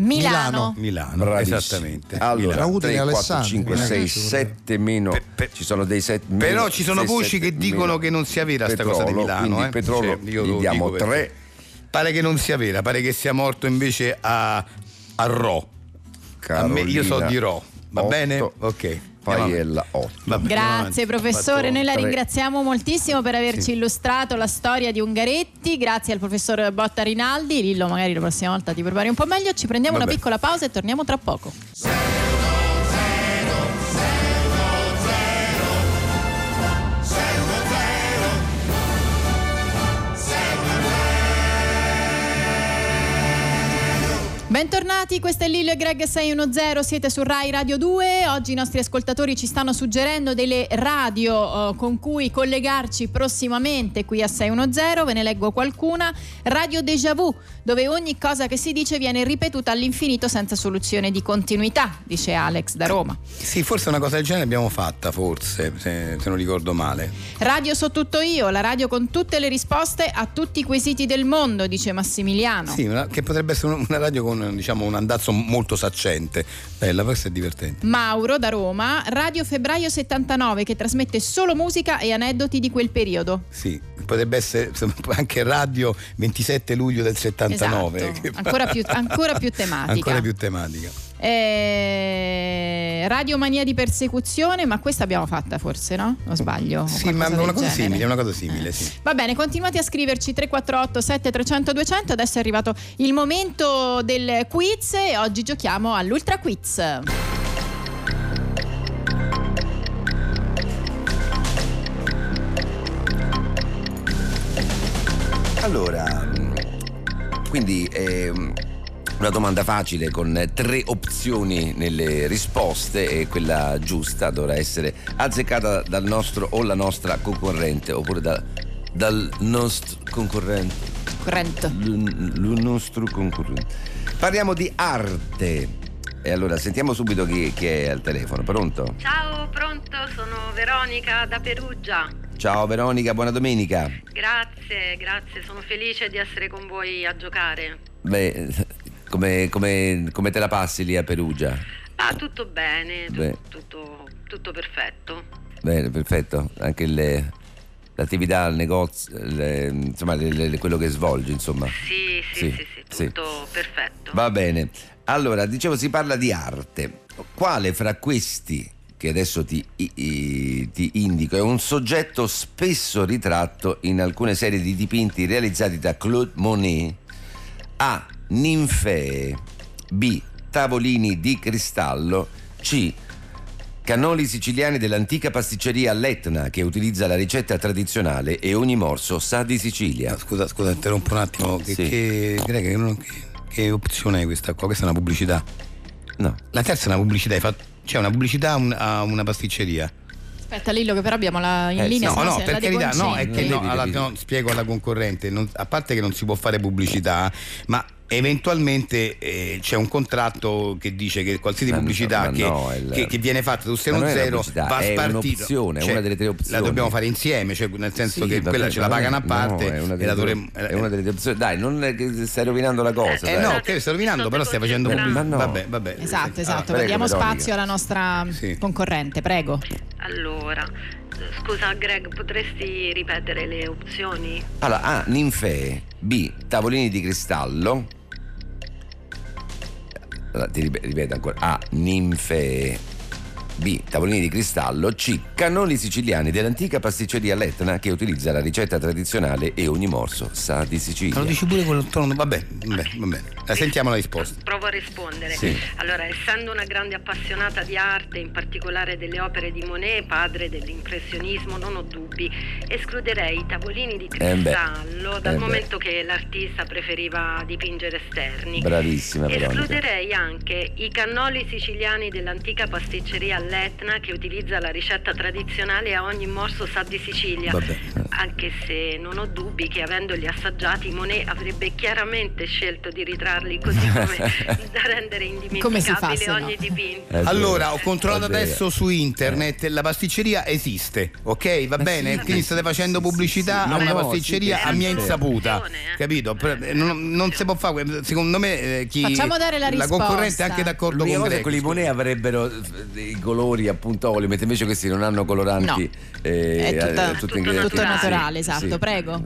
[SPEAKER 3] Milano.
[SPEAKER 4] Milano,
[SPEAKER 5] Bravissimo.
[SPEAKER 4] esattamente.
[SPEAKER 5] Allora,
[SPEAKER 4] Milano.
[SPEAKER 7] Tra Udine e
[SPEAKER 5] 3, 4,
[SPEAKER 7] Alessandria,
[SPEAKER 5] 5,
[SPEAKER 7] eh,
[SPEAKER 5] 6,
[SPEAKER 7] sì,
[SPEAKER 5] 7 meno.
[SPEAKER 4] Per- per-
[SPEAKER 5] ci sono dei 7
[SPEAKER 4] Però ci sono voci che dicono che non sia vera sta cosa di Milano.
[SPEAKER 5] Quindi
[SPEAKER 4] eh.
[SPEAKER 5] petrolio
[SPEAKER 4] Cioè, io
[SPEAKER 5] gli
[SPEAKER 4] lo
[SPEAKER 5] diamo
[SPEAKER 4] dico perché-
[SPEAKER 5] 3.
[SPEAKER 4] Pare che non sia vera, pare che sia morto invece a, a Ro. A me- io so di Ro, va bene? Ok.
[SPEAKER 5] Paiella 8.
[SPEAKER 4] Vabbè, andiamo avanti.
[SPEAKER 3] Grazie professore,
[SPEAKER 4] Fatto-
[SPEAKER 3] noi la
[SPEAKER 5] tre.
[SPEAKER 3] ringraziamo moltissimo per averci illustrato la storia di Ungaretti, grazie al professor Botta Rinaldi, Lillo magari la prossima volta ti prepari un po' meglio, ci prendiamo una
[SPEAKER 4] Vabbè.
[SPEAKER 3] piccola pausa e torniamo tra poco. Bentornati, questo è Lillo e Greg 610, siete su Rai Radio 2. Oggi i nostri ascoltatori ci stanno suggerendo delle radio eh, con cui collegarci prossimamente qui a 610. Ve ne leggo qualcuna. Radio Déjà Vu, dove ogni cosa che si dice viene ripetuta all'infinito senza soluzione di continuità, dice Alex da Roma.
[SPEAKER 4] Sì, forse una cosa del genere abbiamo fatta, forse, se, se non ricordo male.
[SPEAKER 3] Radio So Tutto Io, la radio con tutte le risposte a tutti i quesiti del mondo, dice Massimiliano.
[SPEAKER 4] Sì, una- che potrebbe essere un- una radio con diciamo, un andazzo molto saccente. Bella, questa è divertente.
[SPEAKER 3] Mauro da Roma, Radio Febbraio 79 che trasmette solo musica e aneddoti di quel periodo.
[SPEAKER 4] Sì, potrebbe essere insomma, anche radio 27 luglio del 79.
[SPEAKER 3] Esatto,
[SPEAKER 4] che-
[SPEAKER 3] ancora più- ancora più tematica. Oh,
[SPEAKER 4] Ancora più tematica.
[SPEAKER 3] Eh, Radio Mania di persecuzione, ma questa abbiamo fatta forse, no? O sbaglio? O
[SPEAKER 4] Sì,
[SPEAKER 3] qualcosa
[SPEAKER 4] ma
[SPEAKER 3] del
[SPEAKER 4] una cosa
[SPEAKER 3] genere.
[SPEAKER 4] simile, una cosa simile,
[SPEAKER 3] Eh.
[SPEAKER 4] sì.
[SPEAKER 3] Va bene, continuate a scriverci 348 7300 200, adesso è arrivato il momento del quiz e oggi giochiamo all'Ultra Quiz.
[SPEAKER 5] Allora, mh, quindi ehm, una domanda facile con eh, tre opzioni nelle risposte e quella giusta dovrà essere azzeccata dal nostro o la nostra concorrente oppure da- dal nostro concorrente.
[SPEAKER 3] Corrente.
[SPEAKER 5] L- l- nostro concorrente. Parliamo di arte. E allora sentiamo subito chi, chi è al telefono. Pronto?
[SPEAKER 8] Ciao, pronto, sono Veronica da Perugia.
[SPEAKER 5] Ciao Veronica, buona domenica.
[SPEAKER 8] Grazie, grazie, sono felice di essere con voi a giocare.
[SPEAKER 5] Beh, come, come- come te la passi lì a Perugia?
[SPEAKER 8] Ah, tutto bene, tu-
[SPEAKER 5] Beh.
[SPEAKER 8] tutto, tutto perfetto.
[SPEAKER 5] Bene, perfetto. Anche le- l'attività, il negozio, le- insomma, le- le- quello che svolgi, insomma.
[SPEAKER 8] Sì, sì,
[SPEAKER 5] Sì,
[SPEAKER 8] sì, sì,
[SPEAKER 5] sì.
[SPEAKER 8] tutto perfetto.
[SPEAKER 5] Va bene. Allora, dicevo, si parla di arte. Quale fra questi che adesso ti, i- i- ti indico è un soggetto spesso ritratto in alcune serie di dipinti realizzati da Claude Monet A. Ninfee B. Tavolini di cristallo C. Canoli siciliani dell'antica pasticceria Letna che utilizza la ricetta tradizionale e ogni morso sa di Sicilia.
[SPEAKER 4] Scusa, scusa, interrompo un attimo. Che,
[SPEAKER 5] Sì.
[SPEAKER 4] che- direi che, non- che- che opzione è questa qua? Questa è una pubblicità.
[SPEAKER 5] No.
[SPEAKER 4] La terza è una pubblicità, hai fatto- c'è una pubblicità a un- a una pasticceria.
[SPEAKER 3] Aspetta Lillo che però abbiamo la in
[SPEAKER 5] Eh,
[SPEAKER 3] linea.
[SPEAKER 4] No,
[SPEAKER 3] sennò
[SPEAKER 4] no,
[SPEAKER 3] se
[SPEAKER 4] per
[SPEAKER 3] la
[SPEAKER 4] carità, no, è
[SPEAKER 3] deconcentri.
[SPEAKER 4] che no,
[SPEAKER 5] Devi,
[SPEAKER 4] alla-
[SPEAKER 5] devi.
[SPEAKER 4] no, spiego alla concorrente, non- a parte che non si può fare pubblicità, ma eventualmente eh, c'è un contratto che dice che qualsiasi
[SPEAKER 5] Ma no,
[SPEAKER 4] pubblicità
[SPEAKER 5] ma
[SPEAKER 4] che,
[SPEAKER 5] no, è il-
[SPEAKER 4] che- che viene fatta, tu sei
[SPEAKER 5] Ma
[SPEAKER 4] uno
[SPEAKER 5] non è una
[SPEAKER 4] zero,
[SPEAKER 5] pubblicità,
[SPEAKER 4] va
[SPEAKER 5] è
[SPEAKER 4] spartito. Cioè,
[SPEAKER 5] un'opzione, è una delle tre
[SPEAKER 4] La
[SPEAKER 5] opzioni.
[SPEAKER 4] dobbiamo fare insieme, cioè, nel senso
[SPEAKER 5] Sì,
[SPEAKER 4] che
[SPEAKER 5] vabbè,
[SPEAKER 4] quella ce la
[SPEAKER 5] ma
[SPEAKER 4] pagano a
[SPEAKER 5] no,
[SPEAKER 4] parte
[SPEAKER 5] è una
[SPEAKER 4] e
[SPEAKER 5] delle,
[SPEAKER 4] la dovremmo...
[SPEAKER 5] è una delle opzioni. Dai, non è che stai rovinando la cosa.
[SPEAKER 4] eh
[SPEAKER 5] dai.
[SPEAKER 4] no, che stai rovinando, però stai facendo pubblicità.
[SPEAKER 5] Ma no.
[SPEAKER 4] Vabbè, vabbè.
[SPEAKER 3] Esatto,
[SPEAKER 4] Sì.
[SPEAKER 3] esatto.
[SPEAKER 5] prego,
[SPEAKER 3] Diamo
[SPEAKER 5] Veronica.
[SPEAKER 3] spazio alla nostra
[SPEAKER 4] Sì.
[SPEAKER 3] concorrente, prego.
[SPEAKER 8] Allora, eh, scusa Greg, potresti ripetere le opzioni?
[SPEAKER 5] Allora, A. Ninfee. B. Tavolini di cristallo. Allora, ti ripet- ripeto ancora. A. Ninfee. B. Tavolini di cristallo. C. Cannoli siciliani dell'antica pasticceria Letna che utilizza la ricetta tradizionale e ogni morso sa di
[SPEAKER 4] Ma
[SPEAKER 5] Sicilia.
[SPEAKER 4] lo dici pure con il tono, vabbè, vabbè, vabbè. Eh, Sentiamo la risposta.
[SPEAKER 8] Provo a rispondere.
[SPEAKER 5] Sì.
[SPEAKER 8] Allora, essendo una grande appassionata di arte, in particolare delle opere di Monet, padre dell'impressionismo, non ho dubbi. Escluderei i tavolini di
[SPEAKER 5] Eh beh.
[SPEAKER 8] cristallo
[SPEAKER 5] Eh
[SPEAKER 8] dal
[SPEAKER 5] beh.
[SPEAKER 8] momento che l'artista preferiva dipingere esterni.
[SPEAKER 5] Bravissima Veronica.
[SPEAKER 8] Escluderei anche i cannoli siciliani dell'antica pasticceria Letna che utilizza la ricetta tradizionale a ogni morso sa di Sicilia.
[SPEAKER 4] Vabbè.
[SPEAKER 8] Anche se non ho dubbi che avendoli assaggiati Monet avrebbe chiaramente scelto di ritrarli così come da rendere
[SPEAKER 3] Come si
[SPEAKER 8] indimenticabile
[SPEAKER 3] fa, se no?
[SPEAKER 8] ogni dipinto.
[SPEAKER 5] È vero,
[SPEAKER 4] Allora, ho controllato
[SPEAKER 5] è vero. Eh.
[SPEAKER 4] adesso su internet, la pasticceria esiste, ok? Va bene? Quindi state facendo pubblicità
[SPEAKER 5] sì,
[SPEAKER 4] a
[SPEAKER 5] sì,
[SPEAKER 4] una
[SPEAKER 5] no,
[SPEAKER 4] pasticceria
[SPEAKER 5] sì,
[SPEAKER 4] a mia
[SPEAKER 8] sì.
[SPEAKER 4] insaputa,
[SPEAKER 8] Attenzione, eh.
[SPEAKER 4] capito? Pre- Non, non si può fare, que- secondo me eh, chi...
[SPEAKER 3] Facciamo dare la risposta.
[SPEAKER 4] concorrente è anche d'accordo
[SPEAKER 5] L'unica
[SPEAKER 4] con
[SPEAKER 5] cosa è
[SPEAKER 4] Greg.
[SPEAKER 5] che quelli Monet avrebbero eh, dei colori appunto a olio, mentre invece questi non hanno coloranti.
[SPEAKER 3] No.
[SPEAKER 5] eh,
[SPEAKER 3] È tutta-
[SPEAKER 5] eh,
[SPEAKER 8] tutto
[SPEAKER 5] ingredienti.
[SPEAKER 8] tutto
[SPEAKER 3] naturale, esatto, prego.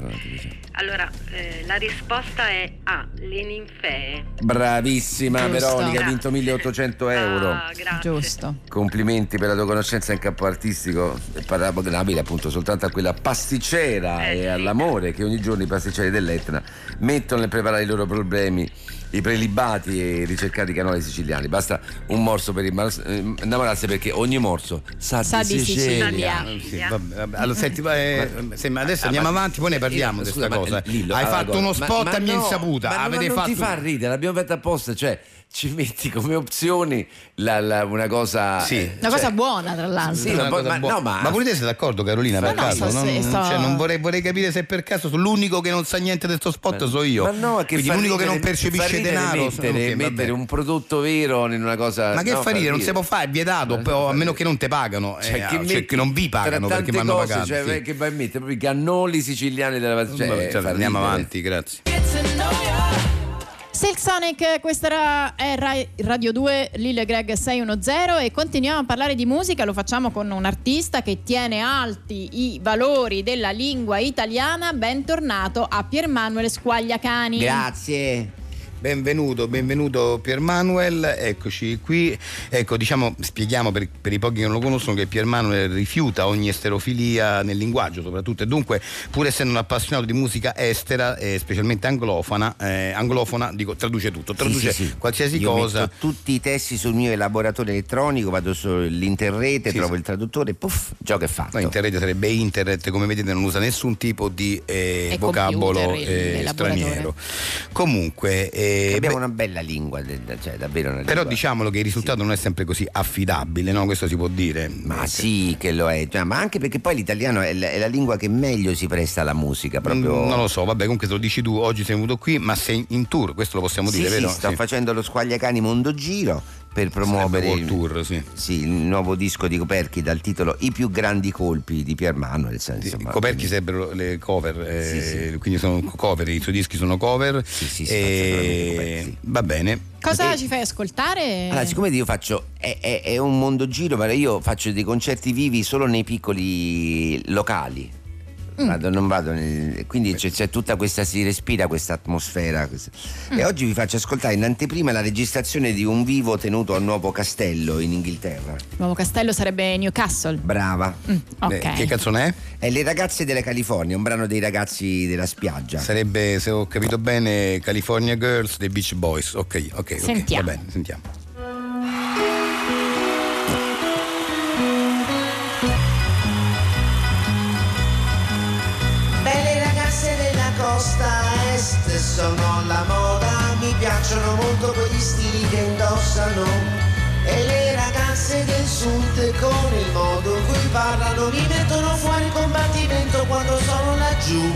[SPEAKER 8] Allora, eh, la risposta è A, le ninfee.
[SPEAKER 5] Bravissima
[SPEAKER 3] Giusto.
[SPEAKER 5] Veronica, hai vinto
[SPEAKER 8] Grazie.
[SPEAKER 5] 1800 euro.
[SPEAKER 8] Ah, grazie.
[SPEAKER 3] Giusto.
[SPEAKER 5] Complimenti per la tua conoscenza in campo artistico, è paragonabile appunto soltanto a quella pasticcera
[SPEAKER 8] Eh,
[SPEAKER 5] e
[SPEAKER 8] sì.
[SPEAKER 5] all'amore che ogni giorno i pasticceri dell'Etna mettono nel preparare i loro problemi, i prelibati e i ricercati canali siciliani. Basta un morso per immar- eh, innamorarsi perché ogni morso sa,
[SPEAKER 3] Sa di
[SPEAKER 5] di
[SPEAKER 3] Sicilia.
[SPEAKER 5] Sicilia.
[SPEAKER 8] Sicilia.
[SPEAKER 4] Ah, sì, vabbè, vabbè. Allora, senti, va- eh, se- ma adesso
[SPEAKER 5] Ah,
[SPEAKER 4] andiamo
[SPEAKER 5] ma-
[SPEAKER 4] avanti, poi ne parliamo di
[SPEAKER 5] Scusa,
[SPEAKER 4] questa
[SPEAKER 5] ma,
[SPEAKER 4] cosa.
[SPEAKER 5] Lillo,
[SPEAKER 4] Hai
[SPEAKER 5] allora,
[SPEAKER 4] fatto uno
[SPEAKER 5] ma-
[SPEAKER 4] spot
[SPEAKER 5] ma
[SPEAKER 4] a mia
[SPEAKER 5] no,
[SPEAKER 4] insaputa,
[SPEAKER 5] ma no,
[SPEAKER 4] avete
[SPEAKER 5] ma non
[SPEAKER 4] fatto...
[SPEAKER 5] ti fa ridere, l'abbiamo fatta apposta, cioè ci metti come opzioni la- la- una cosa...
[SPEAKER 4] Sì.
[SPEAKER 5] eh,
[SPEAKER 3] Una
[SPEAKER 5] cioè-
[SPEAKER 3] cosa buona, tra l'altro.
[SPEAKER 5] Sì,
[SPEAKER 4] Una
[SPEAKER 5] ma poi-
[SPEAKER 4] cosa
[SPEAKER 5] ma-
[SPEAKER 4] buona.
[SPEAKER 5] no, ma-
[SPEAKER 4] ma pure te sei d'accordo Carolina
[SPEAKER 3] Ma
[SPEAKER 4] per
[SPEAKER 3] no,
[SPEAKER 4] caso?
[SPEAKER 3] sto-
[SPEAKER 4] non,
[SPEAKER 3] sto-
[SPEAKER 4] cioè, non vorrei, vorrei capire se per caso l'unico che non sa niente di sto
[SPEAKER 3] Eh.
[SPEAKER 4] spot sono io.
[SPEAKER 5] Ma no, è che
[SPEAKER 4] Quindi
[SPEAKER 5] fa
[SPEAKER 4] l'unico che
[SPEAKER 5] ridere-
[SPEAKER 4] non
[SPEAKER 5] fa
[SPEAKER 4] percepisce
[SPEAKER 5] ridere
[SPEAKER 4] denaro. sono-
[SPEAKER 5] mettere,
[SPEAKER 4] ok,
[SPEAKER 5] mettere
[SPEAKER 4] vabbè.
[SPEAKER 5] un prodotto vero in una cosa.
[SPEAKER 4] Ma che
[SPEAKER 5] no,
[SPEAKER 4] fa ridere? Non si può fare, è vietato,
[SPEAKER 5] Ma
[SPEAKER 4] però,
[SPEAKER 5] fa
[SPEAKER 4] a meno
[SPEAKER 5] ridere.
[SPEAKER 4] che non te pagano. eh,
[SPEAKER 5] Cioè,
[SPEAKER 4] Cioè,
[SPEAKER 5] che
[SPEAKER 4] che,
[SPEAKER 5] metti-
[SPEAKER 4] non vi pagano
[SPEAKER 5] tra
[SPEAKER 4] perché mi
[SPEAKER 5] tante
[SPEAKER 4] hanno
[SPEAKER 5] cose,
[SPEAKER 4] pagato.
[SPEAKER 5] Cioè,
[SPEAKER 4] sì.
[SPEAKER 5] Che vai a mettere proprio i cannoli siciliani della cioè,
[SPEAKER 4] Vabbè,
[SPEAKER 5] fa
[SPEAKER 4] cioè, andiamo
[SPEAKER 5] ridere.
[SPEAKER 4] avanti, grazie.
[SPEAKER 3] Silk Sonic, eh, questa era è Rai- Radio 2, Lillo e Greg 610 e continuiamo a parlare di musica, lo facciamo con un artista che tiene alti i valori della lingua italiana, bentornato a Pier Manuel Squagliacani.
[SPEAKER 5] Grazie.
[SPEAKER 4] Benvenuto, benvenuto Pier Manuel, eccoci qui. Ecco, diciamo, spieghiamo per, per i pochi che non lo conoscono che Pier Manuel rifiuta ogni esterofilia nel linguaggio, soprattutto. E dunque, pur essendo un appassionato di musica estera, eh, specialmente anglofona, eh, anglofona, dico, traduce tutto, traduce qualsiasi
[SPEAKER 9] Io
[SPEAKER 4] cosa.
[SPEAKER 9] metto tutti i testi sul mio elaboratore elettronico, vado sull'interrete,
[SPEAKER 4] Sì,
[SPEAKER 9] trovo
[SPEAKER 4] sì.
[SPEAKER 9] il traduttore, puff, gioco è fatto.
[SPEAKER 4] No, internet sarebbe internet, come vedete non usa nessun tipo di eh,
[SPEAKER 3] È
[SPEAKER 4] vocabolo
[SPEAKER 3] computer, il
[SPEAKER 4] eh,
[SPEAKER 3] elaboratore.
[SPEAKER 4] straniero. Comunque, eh,
[SPEAKER 9] Abbiamo
[SPEAKER 4] beh,
[SPEAKER 9] una bella lingua, de- cioè davvero una
[SPEAKER 4] però
[SPEAKER 9] lingua.
[SPEAKER 4] diciamolo che il risultato non è sempre così affidabile, no? questo si può dire.
[SPEAKER 9] Ma sì che lo è, cioè, ma anche perché poi l'italiano è la, è la lingua che meglio si presta alla musica, proprio...
[SPEAKER 4] Mm, Non lo so, vabbè, comunque se lo dici tu, oggi sei venuto qui, ma sei in tour, questo lo possiamo
[SPEAKER 9] Sì,
[SPEAKER 4] dire,
[SPEAKER 9] sì,
[SPEAKER 4] vero?
[SPEAKER 9] sto
[SPEAKER 4] Sì.
[SPEAKER 9] facendo lo Squagliacani Mondo Giro per promuovere
[SPEAKER 4] Sarebbe
[SPEAKER 9] il,
[SPEAKER 4] World Tour, sì.
[SPEAKER 9] sì, il nuovo disco di Coperchi dal titolo I più grandi colpi di Pier Manuel.
[SPEAKER 4] Di-
[SPEAKER 9] senso,
[SPEAKER 4] coperchi sarebbero le cover, eh,
[SPEAKER 9] Sì, sì.
[SPEAKER 4] quindi sono cover, i suoi dischi sono cover.
[SPEAKER 9] Sì, sì, sì,
[SPEAKER 4] e...
[SPEAKER 9] sono veramente coperti.
[SPEAKER 4] Va bene.
[SPEAKER 3] Cosa
[SPEAKER 9] Eh,
[SPEAKER 3] ci fai ascoltare?
[SPEAKER 9] Allora, siccome io faccio, è, è- è un mondo giro, ma io faccio dei concerti vivi solo nei piccoli locali.
[SPEAKER 3] Mm.
[SPEAKER 9] Vado- non vado nel- quindi c'è, c'è tutta questa, si respira questa atmosfera. questa-
[SPEAKER 3] Mm.
[SPEAKER 9] E oggi vi faccio ascoltare in anteprima la registrazione di un vivo tenuto a Nuovo Castello in Inghilterra.
[SPEAKER 3] Nuovo Castello sarebbe Newcastle.
[SPEAKER 9] Brava.
[SPEAKER 3] Mm,
[SPEAKER 4] Eh,
[SPEAKER 3] ok.
[SPEAKER 4] Che canzone è?
[SPEAKER 9] È Le ragazze della California, un brano dei ragazzi della spiaggia.
[SPEAKER 4] Sarebbe, se ho capito bene, California Girls dei Beach Boys. Ok, ok, ok.
[SPEAKER 3] Sentiamo.
[SPEAKER 4] Va bene, sentiamo.
[SPEAKER 1] Belle ragazze della costa est sono la moda, mi piacciono molto quegli stili che indossano. E le ragazze del sud con il modo in cui parlano mi mettono fuori combattimento quando sono laggiù.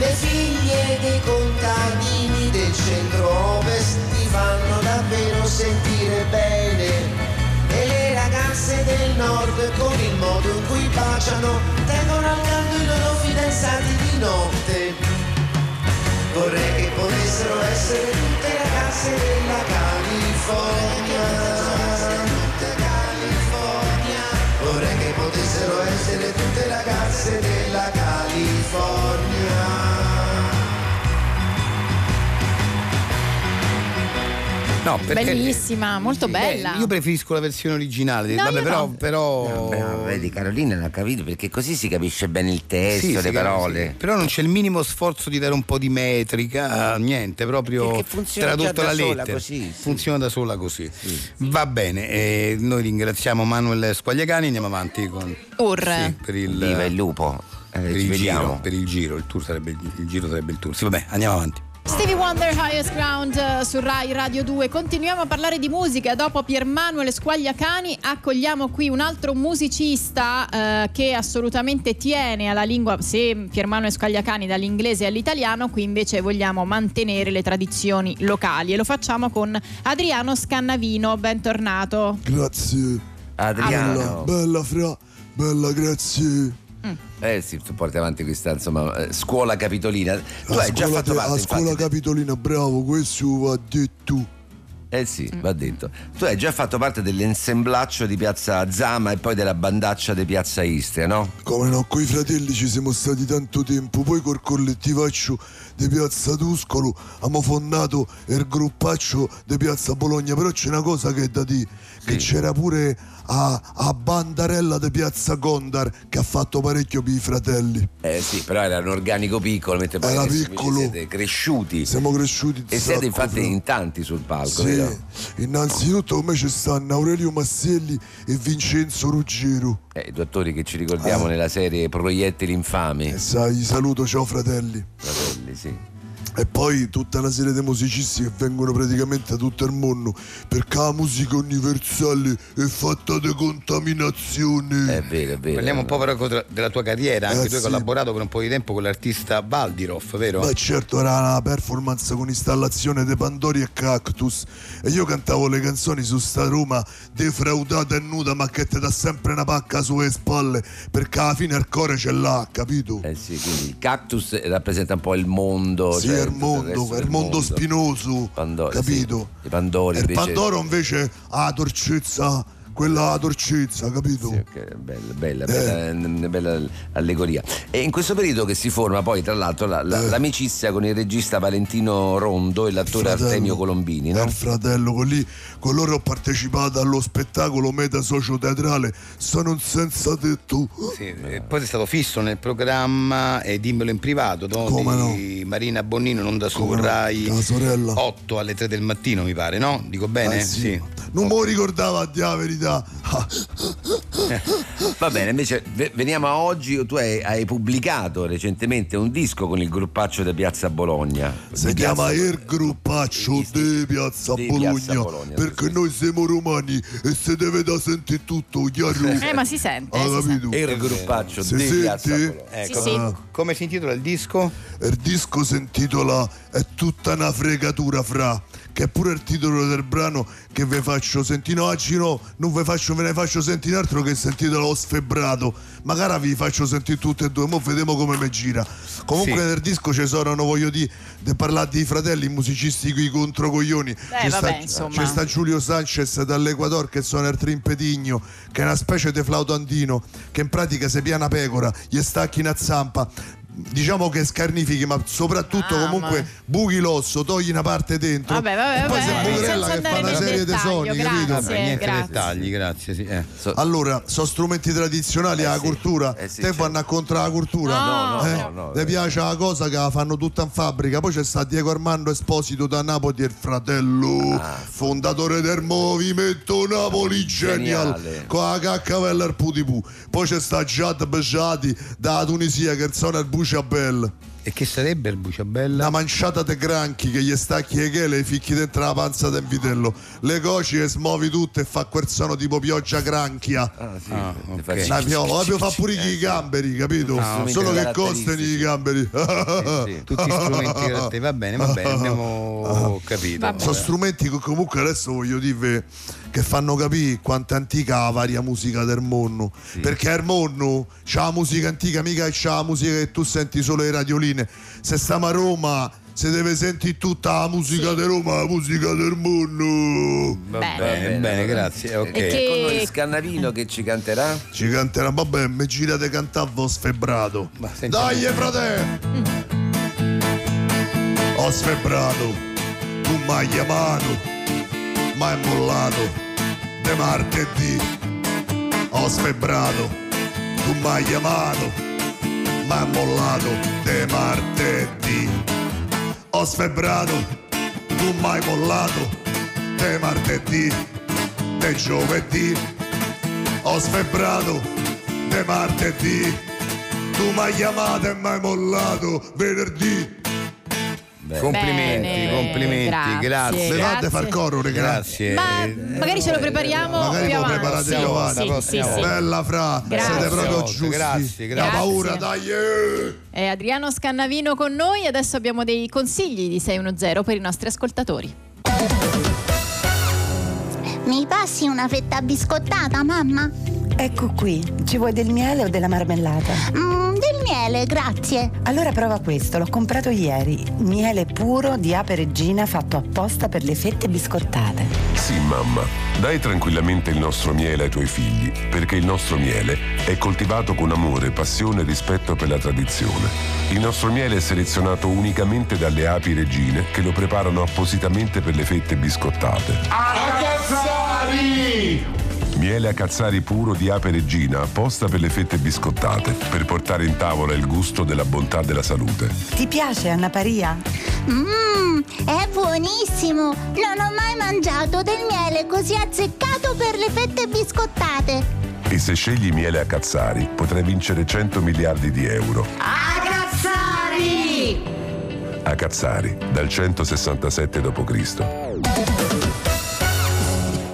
[SPEAKER 1] Le figlie dei contadini del centro ovest ti fanno davvero sentire bene. E le ragazze del nord con il modo in cui baciano tengono al caldo i loro fidanzati di notte. Vorrei che potessero essere tutte ragazze della California. Tutte California. Vorrei che potessero essere tutte ragazze della California.
[SPEAKER 4] No, perché-
[SPEAKER 3] Bellissima, molto
[SPEAKER 4] Sì,
[SPEAKER 3] bella.
[SPEAKER 4] eh, io preferisco la versione originale.
[SPEAKER 3] No,
[SPEAKER 4] Vabbè,
[SPEAKER 3] io
[SPEAKER 4] però.
[SPEAKER 3] no.
[SPEAKER 4] però...
[SPEAKER 9] Beh, ma vedi Carolina l'ha capito perché così si capisce bene il
[SPEAKER 4] Sì,
[SPEAKER 9] testo,
[SPEAKER 4] sì,
[SPEAKER 9] le
[SPEAKER 4] sì,
[SPEAKER 9] parole.
[SPEAKER 4] sì. Però non c'è il minimo sforzo di dare un po' di metrica, niente, proprio
[SPEAKER 9] Perché funziona
[SPEAKER 4] tradotto
[SPEAKER 9] già da
[SPEAKER 4] la
[SPEAKER 9] sola
[SPEAKER 4] lettera.
[SPEAKER 9] così, sì.
[SPEAKER 4] Funziona da sola così. Va bene, eh, noi ringraziamo Manuel Squagliacani, andiamo avanti con
[SPEAKER 3] Ur.
[SPEAKER 4] Sì, per il,
[SPEAKER 9] Viva il lupo. Eh,
[SPEAKER 4] per
[SPEAKER 9] ci
[SPEAKER 4] il giro,
[SPEAKER 9] vediamo.
[SPEAKER 4] per il giro, il tour sarebbe il giro sarebbe il tour. Sì, vabbè, andiamo avanti.
[SPEAKER 3] Stevie Wonder Highest Ground eh, su Rai Radio 2. Continuiamo a parlare di musica. Dopo Piermanuele Squagliacani accogliamo qui un altro musicista eh, che assolutamente tiene alla lingua. Se Piermanuele Squagliacani dall'inglese all'italiano, qui invece vogliamo mantenere le tradizioni locali e lo facciamo con Adriano Scannavino. Bentornato.
[SPEAKER 10] Grazie.
[SPEAKER 9] Adriano.
[SPEAKER 10] bella fra, bella grazie.
[SPEAKER 5] Eh sì, tu porti avanti questa insomma eh, scuola capitolina. Tu hai già fatto parte. infatti.
[SPEAKER 10] capitolina, bravo, questo va detto.
[SPEAKER 5] eh sì, va detto. Tu hai già fatto parte dell'ensemblaccio di Piazza Zama e poi della bandaccia di Piazza Istria, no?
[SPEAKER 10] Come no, coi fratelli ci siamo stati tanto tempo, poi col collettivaccio di Piazza Tuscolo abbiamo fondato il gruppaccio di Piazza Bologna, però c'è una cosa che è da dire, che c'era pure a, a Bandarella di Piazza Gondar che ha fatto parecchio per i fratelli,
[SPEAKER 5] Eh sì, però era un organico piccolo, mentre poi
[SPEAKER 10] Era
[SPEAKER 5] adesso invece
[SPEAKER 10] piccolo.
[SPEAKER 5] siete cresciuti.
[SPEAKER 10] siamo cresciuti
[SPEAKER 5] E siete infatti in tanti sul palco,
[SPEAKER 10] Sì,
[SPEAKER 5] vero?
[SPEAKER 10] innanzitutto come ci stanno Aurelio Masselli e Vincenzo Ruggero.
[SPEAKER 5] Eh, I due attori che ci ricordiamo
[SPEAKER 10] Ah.
[SPEAKER 5] nella serie Proiettili Infami.
[SPEAKER 10] E sai, saluto, ciao fratelli.
[SPEAKER 5] Fratelli, sì.
[SPEAKER 10] E poi tutta una serie di musicisti che vengono praticamente da tutto il mondo perché la musica universale è fatta di contaminazione.
[SPEAKER 5] È vero, è vero.
[SPEAKER 4] Parliamo un po' però co- della tua carriera, anche
[SPEAKER 10] Eh,
[SPEAKER 4] tu hai
[SPEAKER 10] sì.
[SPEAKER 4] collaborato per un po' di tempo con l'artista Baldiroff, vero?
[SPEAKER 10] Beh certo era una performance con installazione de Pandori e Cactus e io cantavo le canzoni su sta Roma defraudata e nuda ma che te dà sempre una pacca sulle spalle perché alla fine il cuore ce l'ha, capito?
[SPEAKER 5] Eh sì, quindi il cactus rappresenta un po' il mondo.
[SPEAKER 10] Sì,
[SPEAKER 5] cioè,
[SPEAKER 10] è il mondo,
[SPEAKER 5] resto
[SPEAKER 10] è il
[SPEAKER 5] del
[SPEAKER 10] mondo spinoso,
[SPEAKER 5] Pandora,
[SPEAKER 10] capito?
[SPEAKER 5] sì. I Pandori
[SPEAKER 10] E il
[SPEAKER 5] invece-
[SPEAKER 10] Pandoro invece ha la torcezza, quella ha la torcezza, capito?
[SPEAKER 5] Sì, ok, bella, bella,
[SPEAKER 10] Eh.
[SPEAKER 5] bella, bella allegoria. E in questo periodo che si forma poi, tra l'altro, la- la-
[SPEAKER 10] Eh.
[SPEAKER 5] l'amicizia con il regista Valentino Rondo e l'attore
[SPEAKER 10] Fratello.
[SPEAKER 5] Artemio Colombini,
[SPEAKER 10] Eh,
[SPEAKER 5] no?
[SPEAKER 10] Il fratello, con, lì, con loro ho partecipato allo spettacolo meta socio-teatrale Sono un senza tetto.
[SPEAKER 4] Sì, e poi sei stato fisso nel programma e dimmelo in privato no?
[SPEAKER 10] Come
[SPEAKER 4] di Marina Bonnino non da su
[SPEAKER 10] Come no,
[SPEAKER 4] Rai
[SPEAKER 10] la sorella.
[SPEAKER 4] 8 alle 3 del mattino mi pare no? dico bene?
[SPEAKER 10] Eh, sì. Non me lo ricordava a dire la verità. Ah,
[SPEAKER 5] Va bene, invece ve- veniamo a oggi. Tu hai, hai pubblicato recentemente un disco con il gruppaccio di Piazza Bologna.
[SPEAKER 10] si
[SPEAKER 5] Di
[SPEAKER 10] chiama
[SPEAKER 5] Piazza-
[SPEAKER 10] Il Gruppaccio di Piazza
[SPEAKER 5] Di
[SPEAKER 10] Bologna.
[SPEAKER 5] Piazza Bologna,
[SPEAKER 10] perché
[SPEAKER 5] sì.
[SPEAKER 10] noi siamo romani e si deve da sentire tutto, chiaro?
[SPEAKER 3] Eh, ma si sente.
[SPEAKER 10] Ah,
[SPEAKER 3] si sente.
[SPEAKER 10] capito?
[SPEAKER 5] Il gruppaccio
[SPEAKER 10] Si
[SPEAKER 5] di
[SPEAKER 10] sente?
[SPEAKER 5] Piazza Bologna.
[SPEAKER 4] Ecco,
[SPEAKER 3] Sì, sì.
[SPEAKER 4] ah, come si intitola il disco?
[SPEAKER 10] Il disco si intitola È tutta una fregatura fra, che è pure il titolo del brano che vi faccio sentire, no, oggi no, non ve, faccio, ve ne faccio sentire altro che sentite lo sfebbrato. Magari vi faccio sentire tutte e due, mo vediamo come mi gira. Comunque
[SPEAKER 4] Sì.
[SPEAKER 10] nel disco ci sono, no, voglio dire, de parlare dei fratelli musicisti qui contro coglioni.
[SPEAKER 3] Beh,
[SPEAKER 10] Ci
[SPEAKER 3] vabbè, insomma.
[SPEAKER 10] ci sta Giulio Sanchez dall'Equador che suona il trimpedigno, che è una specie di flauto andino, che in pratica se pia una pecora, gli stacchi una zampa. Diciamo che scarnifichi, ma soprattutto
[SPEAKER 3] Mamma.
[SPEAKER 10] comunque buchi l'osso, togli una parte dentro.
[SPEAKER 3] Ah, Vabbè, vabbè,
[SPEAKER 10] e poi
[SPEAKER 3] vabbè,
[SPEAKER 10] sei Bucurella
[SPEAKER 3] senza
[SPEAKER 10] che fa
[SPEAKER 3] andare
[SPEAKER 10] una
[SPEAKER 3] nel
[SPEAKER 10] serie di
[SPEAKER 3] dettaglio,
[SPEAKER 10] sogni, capito?
[SPEAKER 3] grazie.
[SPEAKER 4] niente
[SPEAKER 3] grazie.
[SPEAKER 4] dettagli, grazie. Sì, eh.
[SPEAKER 5] So-
[SPEAKER 10] Allora, sono strumenti tradizionali alla
[SPEAKER 5] sì.
[SPEAKER 10] cultura.
[SPEAKER 5] Eh sì,
[SPEAKER 10] Te
[SPEAKER 5] certo.
[SPEAKER 10] vanno a contro la cultura.
[SPEAKER 3] No,
[SPEAKER 5] no,
[SPEAKER 10] Eh?
[SPEAKER 5] no, no,
[SPEAKER 10] Te
[SPEAKER 5] eh.
[SPEAKER 10] piace la cosa che la fanno tutta in fabbrica. Poi c'è sta Diego Armando Esposito da Napoli, il fratello,
[SPEAKER 5] Ah.
[SPEAKER 10] fondatore del movimento Napoli
[SPEAKER 5] Geniale.
[SPEAKER 10] Genial. Con la caccavella e il putipù. Poi c'è sta Jad Bejati da Tunisia che suona il Bouchabel.
[SPEAKER 4] E che sarebbe il Buciabella?
[SPEAKER 10] Una manciata di granchi che gli stacchi e che le fichi dentro la panza del vitello. Le coci e smuovi tutte e fa quel suono tipo pioggia granchia.
[SPEAKER 5] Ah, sì,
[SPEAKER 4] Ah,
[SPEAKER 5] ne
[SPEAKER 4] ok.
[SPEAKER 5] faccio-
[SPEAKER 10] La viola, proprio fa pure
[SPEAKER 4] eh,
[SPEAKER 10] i gamberi, capito?
[SPEAKER 5] strumenti
[SPEAKER 10] Solo che
[SPEAKER 5] caratteristici.
[SPEAKER 10] costano i gamberi.
[SPEAKER 5] Sì, sì.
[SPEAKER 4] Tutti strumenti grattati, va bene, va bene, abbiamo capito.
[SPEAKER 3] Vabbè.
[SPEAKER 10] Sono strumenti che comunque adesso voglio dirvi che fanno capire quanto è antica la varia musica del mondo. Perché il mondo c'ha la musica antica, mica c'ha la musica che tu senti solo le radioline. Se stiamo a Roma, se deve sentire tutta la musica di Roma, la musica del mondo.
[SPEAKER 4] Va
[SPEAKER 3] Bene.
[SPEAKER 4] bene,
[SPEAKER 5] Va
[SPEAKER 4] bene,
[SPEAKER 5] bene,
[SPEAKER 4] grazie.
[SPEAKER 5] va
[SPEAKER 4] Ok.
[SPEAKER 5] bene.
[SPEAKER 3] E
[SPEAKER 5] E con noi
[SPEAKER 3] che-
[SPEAKER 5] Scannavino che ci canterà?
[SPEAKER 10] Ci canterà, vabbè, mi girate cantavo sfebbrato.
[SPEAKER 4] Ma senti-
[SPEAKER 10] Dai, frate! Ho sfebbrato, tu m'hai chiamato, m'hai mollato, de martedì. Ho sfebbrato, tu m'hai chiamato, m'hai mollato, de martedì. Ho sfebbrato, tu m'hai mollato, de martedì, de giovedì ho sfebbrato de martedì tu m'hai chiamato e m'hai mollato venerdì
[SPEAKER 4] Complimenti,
[SPEAKER 3] Bene,
[SPEAKER 4] complimenti,
[SPEAKER 3] grazie.
[SPEAKER 4] grazie.
[SPEAKER 10] levate far coro ragazzi
[SPEAKER 4] Grazie.
[SPEAKER 3] Ma magari ce lo prepariamo
[SPEAKER 10] Eh, magari
[SPEAKER 3] più
[SPEAKER 10] lo
[SPEAKER 3] avanti.
[SPEAKER 10] preparate
[SPEAKER 3] Sì,
[SPEAKER 10] più avanti
[SPEAKER 3] sì, sì, sì.
[SPEAKER 10] bella fra
[SPEAKER 3] Grazie.
[SPEAKER 10] siete proprio giusti
[SPEAKER 4] Grazie, grazie.
[SPEAKER 10] la paura dai eh.
[SPEAKER 3] È Adriano Scannavino con noi, adesso abbiamo dei consigli di 610 per i nostri ascoltatori.
[SPEAKER 11] Mi passi una fetta biscottata, mamma?
[SPEAKER 12] Ecco qui, ci vuoi del miele o della marmellata?
[SPEAKER 11] Mm, del miele, grazie.
[SPEAKER 12] Allora prova questo, l'ho comprato ieri. Miele puro di ape regina fatto apposta per le fette biscottate.
[SPEAKER 11] Sì, mamma. Dai tranquillamente il nostro miele ai tuoi figli, perché il nostro miele è coltivato con amore, passione e rispetto per la tradizione. Il nostro miele è selezionato unicamente dalle api regine che lo preparano appositamente per le fette biscottate. Miele a cazzari puro di ape regina apposta per le fette biscottate, per portare in tavola il gusto della bontà della salute.
[SPEAKER 12] Ti piace Anna Paria?
[SPEAKER 11] Mmm, è buonissimo! Non ho mai mangiato del miele così azzeccato per le fette biscottate. E se scegli miele a cazzari potrai vincere 100 miliardi di euro.
[SPEAKER 9] A Cazzari, dal 167 d.C.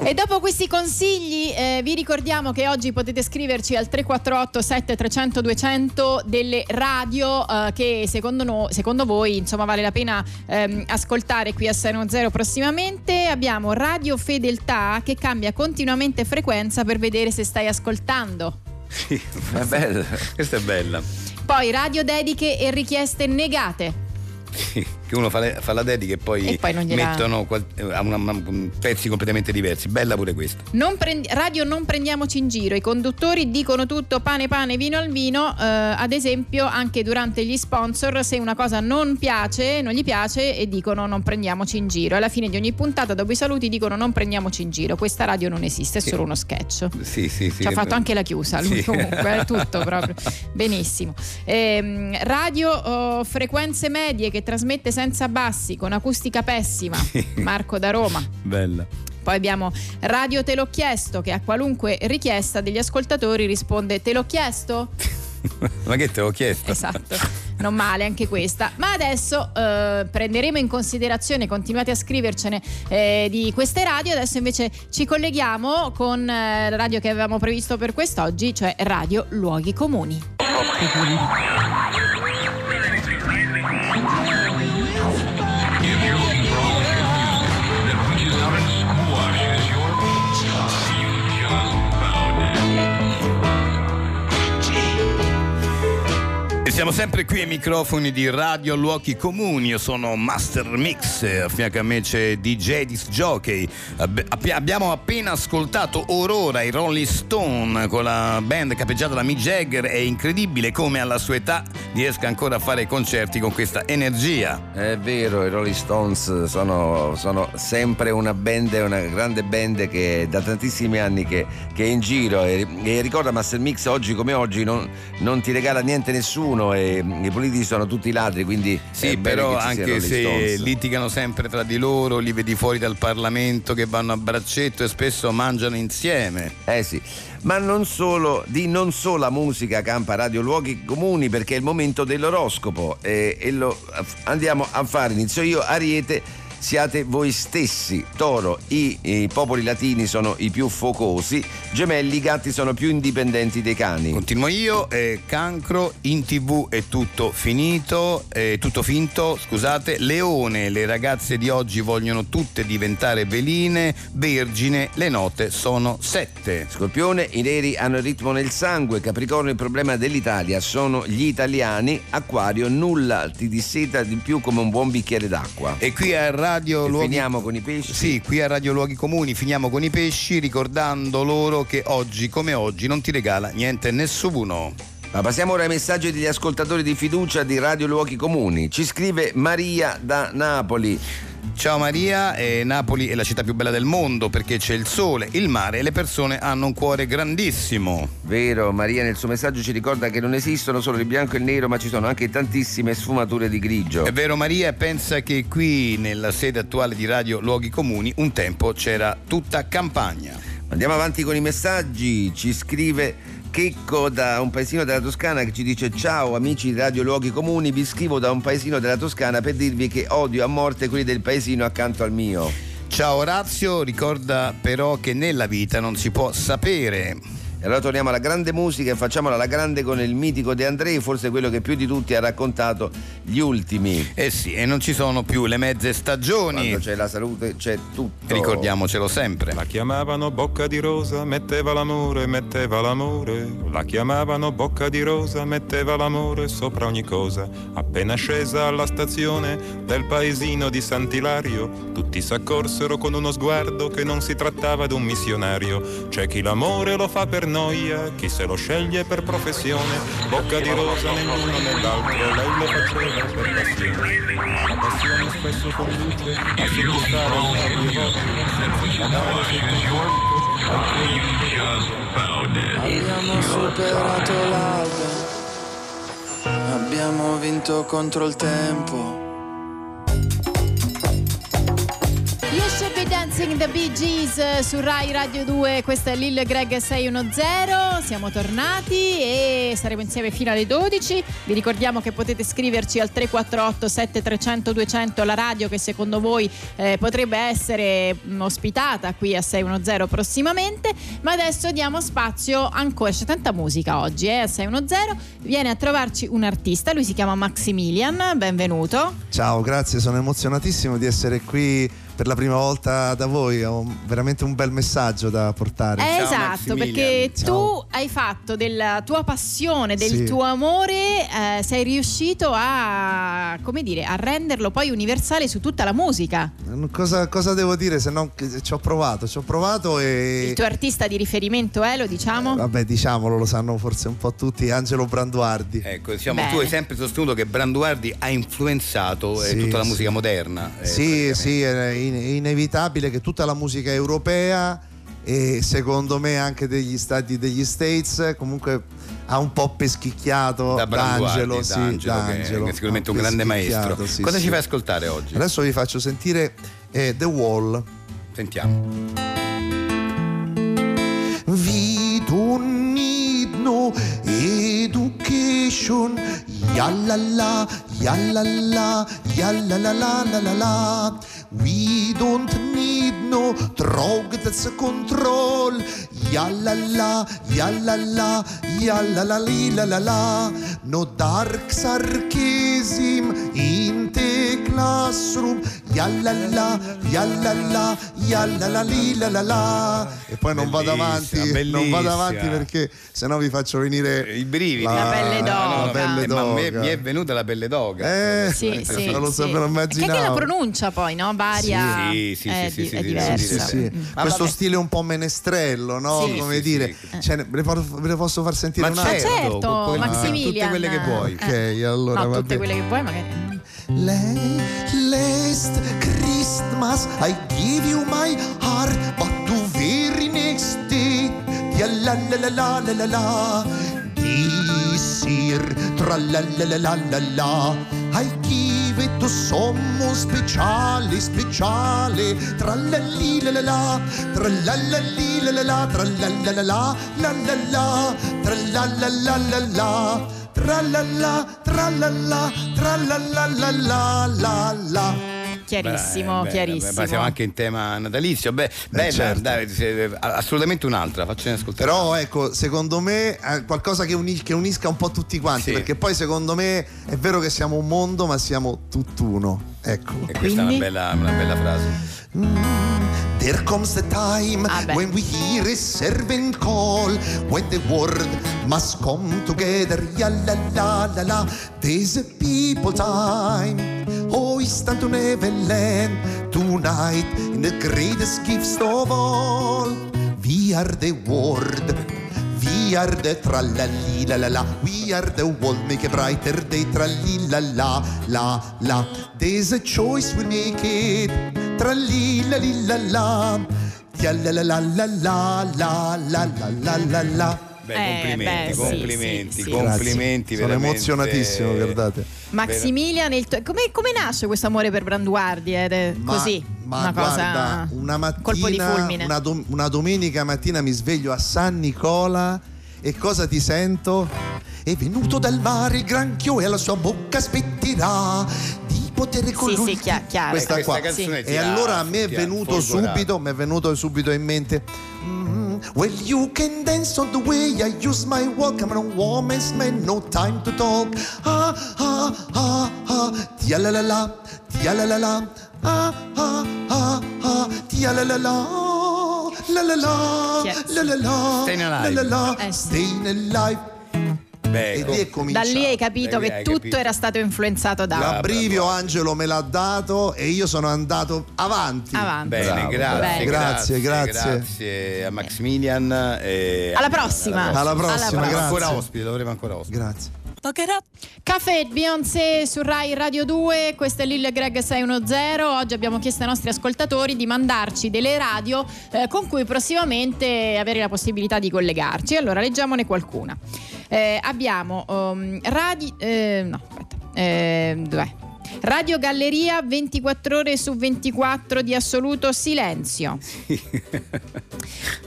[SPEAKER 3] E dopo questi consigli eh, vi ricordiamo che oggi potete scriverci al 348 7300 200 delle radio eh, che secondo, no- secondo voi insomma vale la pena ehm, ascoltare qui a 610 prossimamente. Abbiamo Radio Fedeltà che cambia continuamente frequenza per vedere se stai ascoltando.
[SPEAKER 5] È bello.
[SPEAKER 4] Questa è bella.
[SPEAKER 3] Poi radio dediche e richieste negate.
[SPEAKER 4] Sì, Che uno fa, le- fa la dedica e poi,
[SPEAKER 3] E poi non gliela-
[SPEAKER 4] mettono qual- eh, a una- ma- pezzi completamente diversi. Bella pure questa.
[SPEAKER 3] Non prendi- radio non prendiamoci in giro, i conduttori dicono tutto pane pane, vino al vino, eh, ad esempio anche durante gli sponsor se una cosa non piace, non gli piace e dicono non prendiamoci in giro. Alla fine di ogni puntata dopo i saluti dicono non prendiamoci in giro, questa radio non esiste, è solo uno sketch.
[SPEAKER 4] Sì, sì, sì.
[SPEAKER 3] Ci ha fatto anche la chiusa lui
[SPEAKER 4] Sì.
[SPEAKER 3] comunque, è tutto proprio. Benissimo. Ehm, radio oh, frequenze medie che trasmette senza bassi, con acustica pessima. Marco da Roma.
[SPEAKER 4] Bella.
[SPEAKER 3] Poi abbiamo Radio Te l'ho chiesto che a qualunque richiesta degli ascoltatori risponde Te l'ho chiesto?
[SPEAKER 4] Ma che te l'ho chiesto?
[SPEAKER 3] Esatto, non male anche questa. Ma adesso eh, prenderemo in considerazione, continuate a scrivercene eh, di queste radio, adesso invece ci colleghiamo con eh, la radio che avevamo previsto per quest'oggi, cioè Radio Luoghi Comuni.
[SPEAKER 11] Squash is your
[SPEAKER 6] E siamo sempre qui ai microfoni di Radio Luochi Comuni, io sono Master Mix, a fianco a me c'è DJ Disc Jockey. Abbe- app- abbiamo appena ascoltato Aurora, i Rolling Stone, con la band capeggiata da Mick Jagger, è incredibile come alla sua età riesca ancora a fare concerti con questa energia.
[SPEAKER 5] È vero, i Rolling Stones sono, sono sempre una band, una grande band che da tantissimi anni che, che è in giro e, e ricorda Master Mix oggi come oggi non, non ti regala niente nessuno e i politici sono tutti ladri, quindi
[SPEAKER 4] Sì,
[SPEAKER 5] è bene che
[SPEAKER 4] però
[SPEAKER 5] ci siano i
[SPEAKER 4] anche
[SPEAKER 5] Rolling
[SPEAKER 4] se
[SPEAKER 5] Stones.
[SPEAKER 4] litigano sempre tra di loro, li vedi fuori dal Parlamento che vanno a braccetto e spesso mangiano insieme.
[SPEAKER 5] Eh sì, ma non solo, di non sola musica campa Radio Luoghi Comuni perché è il momento dell'oroscopo e, e lo andiamo a fare, inizio io, Ariete. Siate voi stessi, Toro, i, i popoli latini sono i più focosi, gemelli, i gatti sono più indipendenti dei cani.
[SPEAKER 4] Continuo io, eh, cancro, in tv è tutto finito, è tutto finto, scusate, leone, le ragazze di oggi vogliono tutte diventare veline, vergine, le note sono sette.
[SPEAKER 5] Scorpione, i neri hanno il ritmo nel sangue, Capricorno il problema dell'Italia sono gli italiani, Acquario nulla ti disseta di più come un buon bicchiere d'acqua.
[SPEAKER 4] E qui a Radio
[SPEAKER 5] E
[SPEAKER 4] Luoghi...
[SPEAKER 5] finiamo con i pesci?
[SPEAKER 4] Sì, qui a Radio Luoghi Comuni finiamo con i pesci ricordando loro che oggi come oggi non ti regala niente nessuno.
[SPEAKER 5] Ma passiamo ora ai messaggi degli ascoltatori di fiducia di Radio Luoghi Comuni. Ci scrive Maria da Napoli.
[SPEAKER 4] Ciao Maria, eh, Napoli è la città più bella del mondo perché c'è il sole, il mare e le persone hanno un cuore grandissimo.
[SPEAKER 5] Vero, Maria nel suo messaggio ci ricorda che non esistono solo il bianco e il nero, ma ci sono anche tantissime sfumature di grigio.
[SPEAKER 4] È vero Maria, pensa che qui nella sede attuale di Radio Luoghi Comuni un tempo c'era tutta campagna.
[SPEAKER 5] Andiamo avanti con i messaggi. Ci scrive Checco da un paesino della Toscana che ci dice ciao amici di Radio Luoghi Comuni, vi scrivo da un paesino della Toscana per dirvi che odio a morte quelli del paesino accanto al mio.
[SPEAKER 4] Ciao Orazio, ricorda però che nella vita non si può sapere.
[SPEAKER 5] E allora torniamo alla grande musica e facciamola alla grande con il mitico De Andrei, forse quello che più di tutti ha raccontato gli ultimi.
[SPEAKER 4] Eh sì, e non ci sono più le mezze stagioni.
[SPEAKER 5] Quando c'è la salute c'è tutto.
[SPEAKER 4] Ricordiamocelo sempre.
[SPEAKER 13] La chiamavano bocca di rosa, metteva l'amore, metteva l'amore. La chiamavano bocca di rosa, metteva l'amore sopra ogni cosa. Appena scesa alla stazione del paesino di Sant'Ilario, tutti s'accorsero con uno sguardo che non si trattava d'un missionario. C'è chi l'amore lo fa per noia, chi se lo sceglie per professione. Bocca di rosa nell'uno nell'altro, lei lo faceva per passione. La passione spesso conduce a soddisfare il proprio
[SPEAKER 14] Abbiamo superato l'alba, abbiamo vinto contro il tempo.
[SPEAKER 3] You should be dancing the Bee Gees eh, su Rai Radio 2, questo è Lil Greg 610, siamo tornati e saremo insieme fino alle 12. Vi ricordiamo che potete scriverci al 348 7300 200 la radio che secondo voi eh, potrebbe essere mh, ospitata qui a 610 prossimamente, ma adesso diamo spazio ancora, c'è tanta musica oggi eh, a 610, viene a trovarci un artista, lui si chiama Maximilian, benvenuto.
[SPEAKER 7] Ciao, grazie, sono emozionatissimo di essere qui per la prima volta da voi. Ho veramente un bel messaggio da portare.
[SPEAKER 3] Eh, esatto, perché tu hai fatto della tua passione, del
[SPEAKER 7] diciamo. Sì.
[SPEAKER 3] tuo amore, eh, sei riuscito a, come dire, a renderlo poi universale su tutta la musica.
[SPEAKER 7] Mm, Cosa, cosa devo dire se non che ci ho provato? Ci ho provato e.
[SPEAKER 3] Il tuo artista di riferimento è, lo diciamo?
[SPEAKER 7] Vabbè, diciamolo, lo sanno forse un po' tutti, Angelo Branduardi.
[SPEAKER 4] Ecco, diciamo,
[SPEAKER 3] Bene.
[SPEAKER 4] tu hai sempre sostenuto che Branduardi ha influenzato eh,
[SPEAKER 7] Sì,
[SPEAKER 4] tutta la
[SPEAKER 7] sì.
[SPEAKER 4] musica moderna. eh,
[SPEAKER 7] sì, sì, è in- è inevitabile che tutta la musica europea e secondo me anche degli stati degli States comunque ha un po' peschicchiato
[SPEAKER 4] da Branduardi,
[SPEAKER 7] D'Angelo, sì,
[SPEAKER 4] D'Angelo, che è
[SPEAKER 7] D'Angelo,
[SPEAKER 4] sicuramente
[SPEAKER 7] ha
[SPEAKER 4] un grande
[SPEAKER 7] peschicchiato,
[SPEAKER 4] maestro.
[SPEAKER 7] sì,
[SPEAKER 4] Cosa
[SPEAKER 7] sì.
[SPEAKER 4] ci fai ascoltare oggi?
[SPEAKER 7] Adesso vi faccio sentire eh, The Wall.
[SPEAKER 4] Sentiamo.
[SPEAKER 14] We don't need no education. Ya la la, ya la la, ya la la la la la la. We don't need no drug that's a control. Ya la la, ya la la, ya la la li la la la. No dark sarcasm in the classroom. Yallala, yallala, yallala li la la la.
[SPEAKER 7] E poi non vado avanti, non
[SPEAKER 14] bellissima.
[SPEAKER 7] vado avanti perché sennò vi faccio venire
[SPEAKER 4] i brividi.
[SPEAKER 7] La, Ah,
[SPEAKER 4] No,
[SPEAKER 7] La
[SPEAKER 4] no,
[SPEAKER 7] pelle
[SPEAKER 4] eh, ma a me-
[SPEAKER 7] d'oca.
[SPEAKER 4] mi è venuta la pelle d'oca.
[SPEAKER 7] Eh,
[SPEAKER 3] Sì, sì,
[SPEAKER 7] non lo
[SPEAKER 3] sì.
[SPEAKER 7] sapevo
[SPEAKER 3] Perché anche la
[SPEAKER 7] immaginare.
[SPEAKER 3] pronuncia poi, no? Varia.
[SPEAKER 7] Sì,
[SPEAKER 4] sì,
[SPEAKER 3] eh,
[SPEAKER 4] sì,
[SPEAKER 3] di-
[SPEAKER 4] sì,
[SPEAKER 3] è
[SPEAKER 4] sì,
[SPEAKER 7] Sì,
[SPEAKER 3] diversa.
[SPEAKER 7] sì.
[SPEAKER 3] Mm.
[SPEAKER 7] Questo stile un po' menestrello, no?
[SPEAKER 3] Sì,
[SPEAKER 7] Come
[SPEAKER 3] sì,
[SPEAKER 7] dire, Cioè, ve, ne posso, ve ne posso far sentire
[SPEAKER 3] Ma
[SPEAKER 7] una
[SPEAKER 3] certo, Ma certo, con quella- Maximilian. tutte quelle che vuoi.
[SPEAKER 7] Ok, allora
[SPEAKER 3] no,
[SPEAKER 7] va bene.
[SPEAKER 3] tutte quelle che vuoi, magari.
[SPEAKER 14] Late last Christmas, I give you my heart, but the very next day, ya la la la la la la la. This year, tra la la la la la la, I give it to someone speciale, speciale, tra la li la la la, tra la la li la la la, tra la la la la, la la la, tra la la la la la. Tra la la, tra la la, tra la la la la la la.
[SPEAKER 3] Chiarissimo,
[SPEAKER 4] Beh,
[SPEAKER 3] chiarissimo.
[SPEAKER 4] beh, siamo anche in tema natalizio. Beh, bella,
[SPEAKER 7] certo.
[SPEAKER 4] dai, se- a- assolutamente un'altra, faccene ascoltare.
[SPEAKER 7] Però ecco, secondo me eh, qualcosa che, uni- che unisca un po' tutti quanti, perché poi secondo me è vero che siamo un mondo, ma siamo tutt'uno. Ecco.
[SPEAKER 4] E questa è una bella, una bella frase.
[SPEAKER 14] There comes the time when we hear a servant call, when the world must come together. Ya la la la la, there's a people time. Oh, it's time to Neverland tonight in the greatest gift of all. We are the world. We are the tra la li la la la. We are the world make a brighter day tra li la la la la. There's a choice we make it tra li la li la la. Ya la la la la la la la la la la la.
[SPEAKER 4] Beh,
[SPEAKER 3] Eh,
[SPEAKER 4] complimenti,
[SPEAKER 3] beh, sì,
[SPEAKER 4] complimenti,
[SPEAKER 3] sì, sì.
[SPEAKER 4] complimenti.
[SPEAKER 7] Grazie. Sono
[SPEAKER 4] veramente.
[SPEAKER 7] emozionatissimo, guardate.
[SPEAKER 3] Maximilian, il tuo- come, come nasce questo amore per Branduardi? Ed è così,
[SPEAKER 7] ma
[SPEAKER 3] una
[SPEAKER 7] guarda,
[SPEAKER 3] cosa.
[SPEAKER 7] una mattina,
[SPEAKER 3] colpo di fulmine.
[SPEAKER 7] Una, dom- una domenica mattina mi sveglio a San Nicola e cosa ti sento?
[SPEAKER 14] È venuto dal mare il granchio e alla sua bocca spetterà di poter con
[SPEAKER 3] sì,
[SPEAKER 14] lui-
[SPEAKER 3] sì, chia- chiaro.
[SPEAKER 7] Questa qua. E allora a me è venuto subito, mi è venuto subito in mente Mm-hmm.
[SPEAKER 14] Well, you can dance on the way I use my walk. I'm a woman's man, no time to talk. Ah, ah, ah, ah, tia la la la, tia la la la. Ah, ah, ah, ah, tia la la la. La la la, la la la,
[SPEAKER 4] Stayin'
[SPEAKER 14] la
[SPEAKER 4] alive.
[SPEAKER 14] la
[SPEAKER 3] Eh,
[SPEAKER 14] la, stayin' alive.
[SPEAKER 4] Beh,
[SPEAKER 7] e lì è
[SPEAKER 3] da
[SPEAKER 7] cominciato. Eh,
[SPEAKER 3] lì hai capito che tutto era stato influenzato da
[SPEAKER 7] L'abbrivio Angelo me l'ha dato e io sono andato avanti.
[SPEAKER 3] avanti.
[SPEAKER 4] Bene,
[SPEAKER 7] Bravo,
[SPEAKER 4] grazie,
[SPEAKER 7] bravo.
[SPEAKER 4] grazie,
[SPEAKER 7] Grazie, grazie.
[SPEAKER 4] grazie a Maximilian. e-
[SPEAKER 3] Alla prossima.
[SPEAKER 7] Alla prossima,
[SPEAKER 4] Avremo
[SPEAKER 7] grazie.
[SPEAKER 4] Ancora ospite, dovremo ancora ospite.
[SPEAKER 7] Grazie.
[SPEAKER 3] Caffè Beyoncé su Rai Radio 2, questo è Lil Greg 610. Oggi abbiamo chiesto ai nostri ascoltatori di mandarci delle radio eh, con cui prossimamente avere la possibilità di collegarci. Allora, leggiamone qualcuna. Eh, abbiamo um, radi- eh, no, aspetta. Eh, dov'è? Radio Galleria 24 ore su 24 di assoluto silenzio.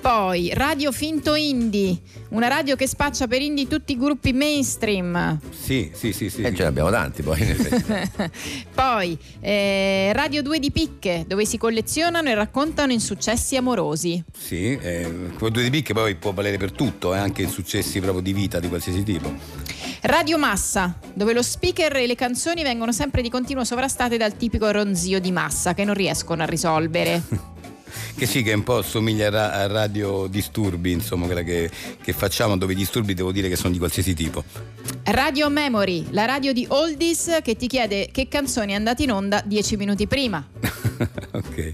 [SPEAKER 3] Poi Radio Finto Indie, una radio che spaccia per indie tutti i gruppi mainstream.
[SPEAKER 4] Sì, sì, sì, sì.
[SPEAKER 5] E Eh, ce ne abbiamo tanti poi. in effetti.
[SPEAKER 3] Poi eh, Radio 2 di Picche, dove si collezionano e raccontano insuccessi amorosi.
[SPEAKER 4] Sì, eh, quel due di picche poi può valere per tutto, eh, anche in successi proprio di vita di qualsiasi tipo.
[SPEAKER 3] Radio Massa, dove lo speaker e le canzoni vengono sempre di continuo sovrastate dal tipico ronzio di massa che non riescono a risolvere.
[SPEAKER 4] Che sì, che un po' somiglia a ra- a Radio Disturbi, insomma, quella che, che facciamo, dove i disturbi devo dire che sono di qualsiasi tipo.
[SPEAKER 3] Radio Memory, la radio di Oldies che ti chiede che canzone è andata in onda 10 minuti prima.
[SPEAKER 4] ok.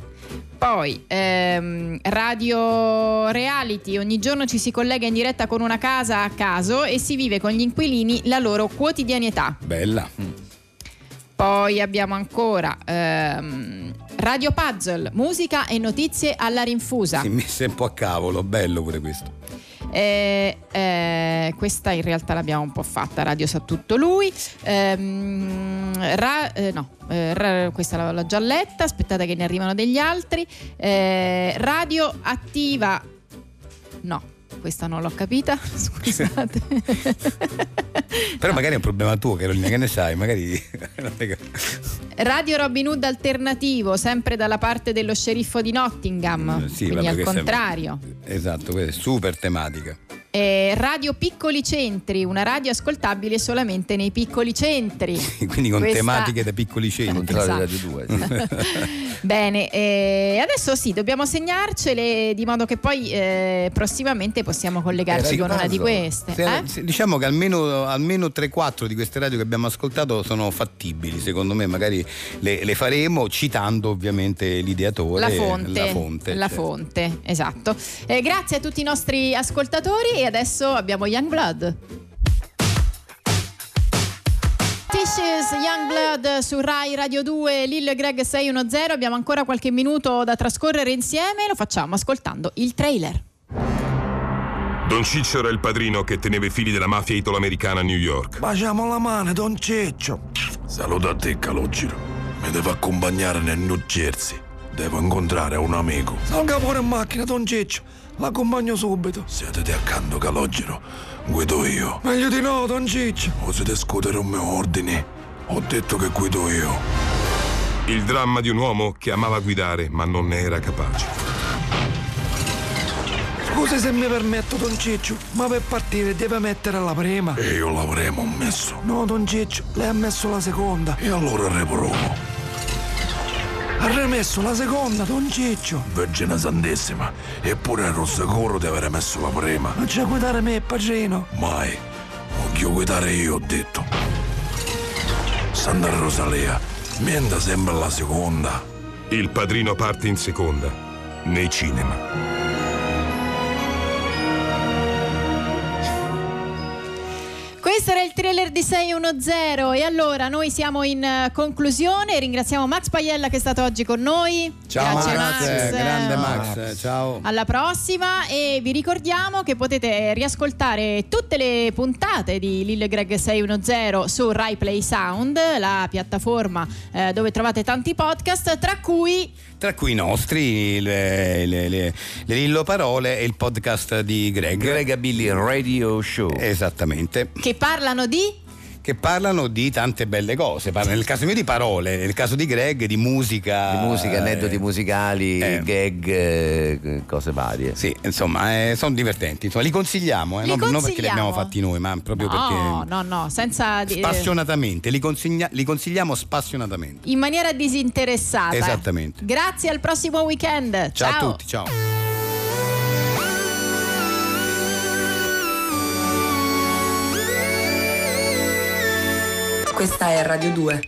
[SPEAKER 3] Poi ehm, Radio Reality, ogni giorno ci si collega in diretta con una casa a caso e si vive con gli inquilini la loro quotidianità.
[SPEAKER 4] Bella.
[SPEAKER 3] Poi abbiamo ancora ehm, Radio Puzzle, musica e notizie alla rinfusa.
[SPEAKER 4] Si è messa un po' a cavolo, bello pure questo.
[SPEAKER 3] Eh, eh, questa in realtà l'abbiamo un po' fatta, Radio sa tutto lui. Ehm, ra- eh, no, eh, ra- questa l'ho, l'ho già letta, aspettate che ne arrivano degli altri. Eh, radio attiva, no, questa non l'ho capita, scusate.
[SPEAKER 4] Però magari è un problema tuo, Carolina, che ne sai? Magari.
[SPEAKER 3] Radio Robin Hood alternativo, sempre dalla parte dello sceriffo di Nottingham,
[SPEAKER 4] Mm, sì,
[SPEAKER 3] quindi
[SPEAKER 4] vabbè,
[SPEAKER 3] al
[SPEAKER 4] questa è-
[SPEAKER 3] contrario.
[SPEAKER 4] esatto, questa è super tematica.
[SPEAKER 3] eh, Radio Piccoli Centri, una radio ascoltabile solamente nei piccoli centri.
[SPEAKER 4] Quindi con
[SPEAKER 3] Questa-
[SPEAKER 4] tematiche da piccoli centri.
[SPEAKER 3] Esatto. Bene, eh, adesso sì, dobbiamo segnarcele di modo che poi eh, prossimamente possiamo collegarci
[SPEAKER 4] Era
[SPEAKER 3] con una di
[SPEAKER 4] ricordo.
[SPEAKER 3] queste.
[SPEAKER 4] Se-
[SPEAKER 3] eh?
[SPEAKER 4] se- Diciamo che almeno, almeno 3-4 di queste radio che abbiamo ascoltato sono fattibili, secondo me magari le, le faremo citando ovviamente l'ideatore.
[SPEAKER 3] La
[SPEAKER 4] e
[SPEAKER 3] fonte,
[SPEAKER 4] La fonte.
[SPEAKER 3] la
[SPEAKER 4] certo.
[SPEAKER 3] fonte, esatto. Eh, grazie a tutti i nostri ascoltatori e adesso abbiamo Young Blood. Tissues Young Blood su Rai Radio 2 Lil Greg 610 abbiamo ancora qualche minuto da trascorrere insieme lo facciamo ascoltando il trailer
[SPEAKER 15] Don Ciccio era il padrino che teneva i figli della mafia italo-americana a New York.
[SPEAKER 16] Baciamo la mano, Don Ciccio.
[SPEAKER 17] Saluto a te, Calogero. Mi devo accompagnare nel New Jersey. Devo incontrare un amico.
[SPEAKER 16] Salga pure in macchina, Don Ciccio. L'accompagno subito.
[SPEAKER 17] Siete accanto, Calogero. Guido io.
[SPEAKER 16] Meglio di no, Don Ciccio.
[SPEAKER 17] Osate discutere un mio ordine. Ho detto che guido io.
[SPEAKER 15] Il dramma di un uomo che amava guidare ma non ne era capace.
[SPEAKER 16] Scusi se mi permetto, Don Ciccio, ma per partire deve mettere la prima.
[SPEAKER 17] E Eh, io l'avremo messo.
[SPEAKER 16] No, Don Ciccio, lei ha messo la seconda.
[SPEAKER 17] E allora reprovo.
[SPEAKER 16] Ha rimesso la seconda, Don Ciccio.
[SPEAKER 17] Vergine Santissima. Eppure ero sicuro di aver messo la prima.
[SPEAKER 16] Non c'è a guidare me, Pacino.
[SPEAKER 17] Mai. Occhio guidare io, ho detto. Santa Rosalia. Mienta sembra la seconda.
[SPEAKER 15] Il padrino parte in seconda, nei cinema.
[SPEAKER 3] Questo era il trailer di 610 e allora noi siamo in eh, conclusione, ringraziamo Max Paiella che è stato oggi con noi. Grazie Max.
[SPEAKER 4] grande Max, ciao.
[SPEAKER 3] Alla prossima e vi ricordiamo che potete riascoltare tutte le puntate di Lille Greg 610 su Rai Play Sound, la piattaforma eh, dove trovate tanti podcast, tra cui
[SPEAKER 4] Tra cui i nostri, le, le, le- le Lillo Parole e il podcast di Greg. Greg Abilly Radio Show. Esattamente.
[SPEAKER 3] che parlano di
[SPEAKER 4] Che parlano di tante belle cose. Parla- nel caso mio di parole, nel caso di Greg di musica. eh, Di
[SPEAKER 9] musica, aneddoti
[SPEAKER 4] musicali, gag, eh, cose varie. Sì, insomma, eh, sono divertenti. Insomma, li consigliamo, eh,
[SPEAKER 3] Li
[SPEAKER 4] non, non perché li
[SPEAKER 3] consigliamo.
[SPEAKER 4] abbiamo fatti noi, ma proprio
[SPEAKER 3] No,
[SPEAKER 4] perché.
[SPEAKER 3] no, no, senza di- eh,
[SPEAKER 4] Spassionatamente, li, consiglia- li consigliamo spassionatamente.
[SPEAKER 3] in maniera disinteressata.
[SPEAKER 4] Esattamente.
[SPEAKER 3] Grazie al prossimo weekend.
[SPEAKER 4] Esatto. Ciao,
[SPEAKER 3] Ah, Ciao.
[SPEAKER 4] a tutti, ciao.
[SPEAKER 18] Questa è Radio 2.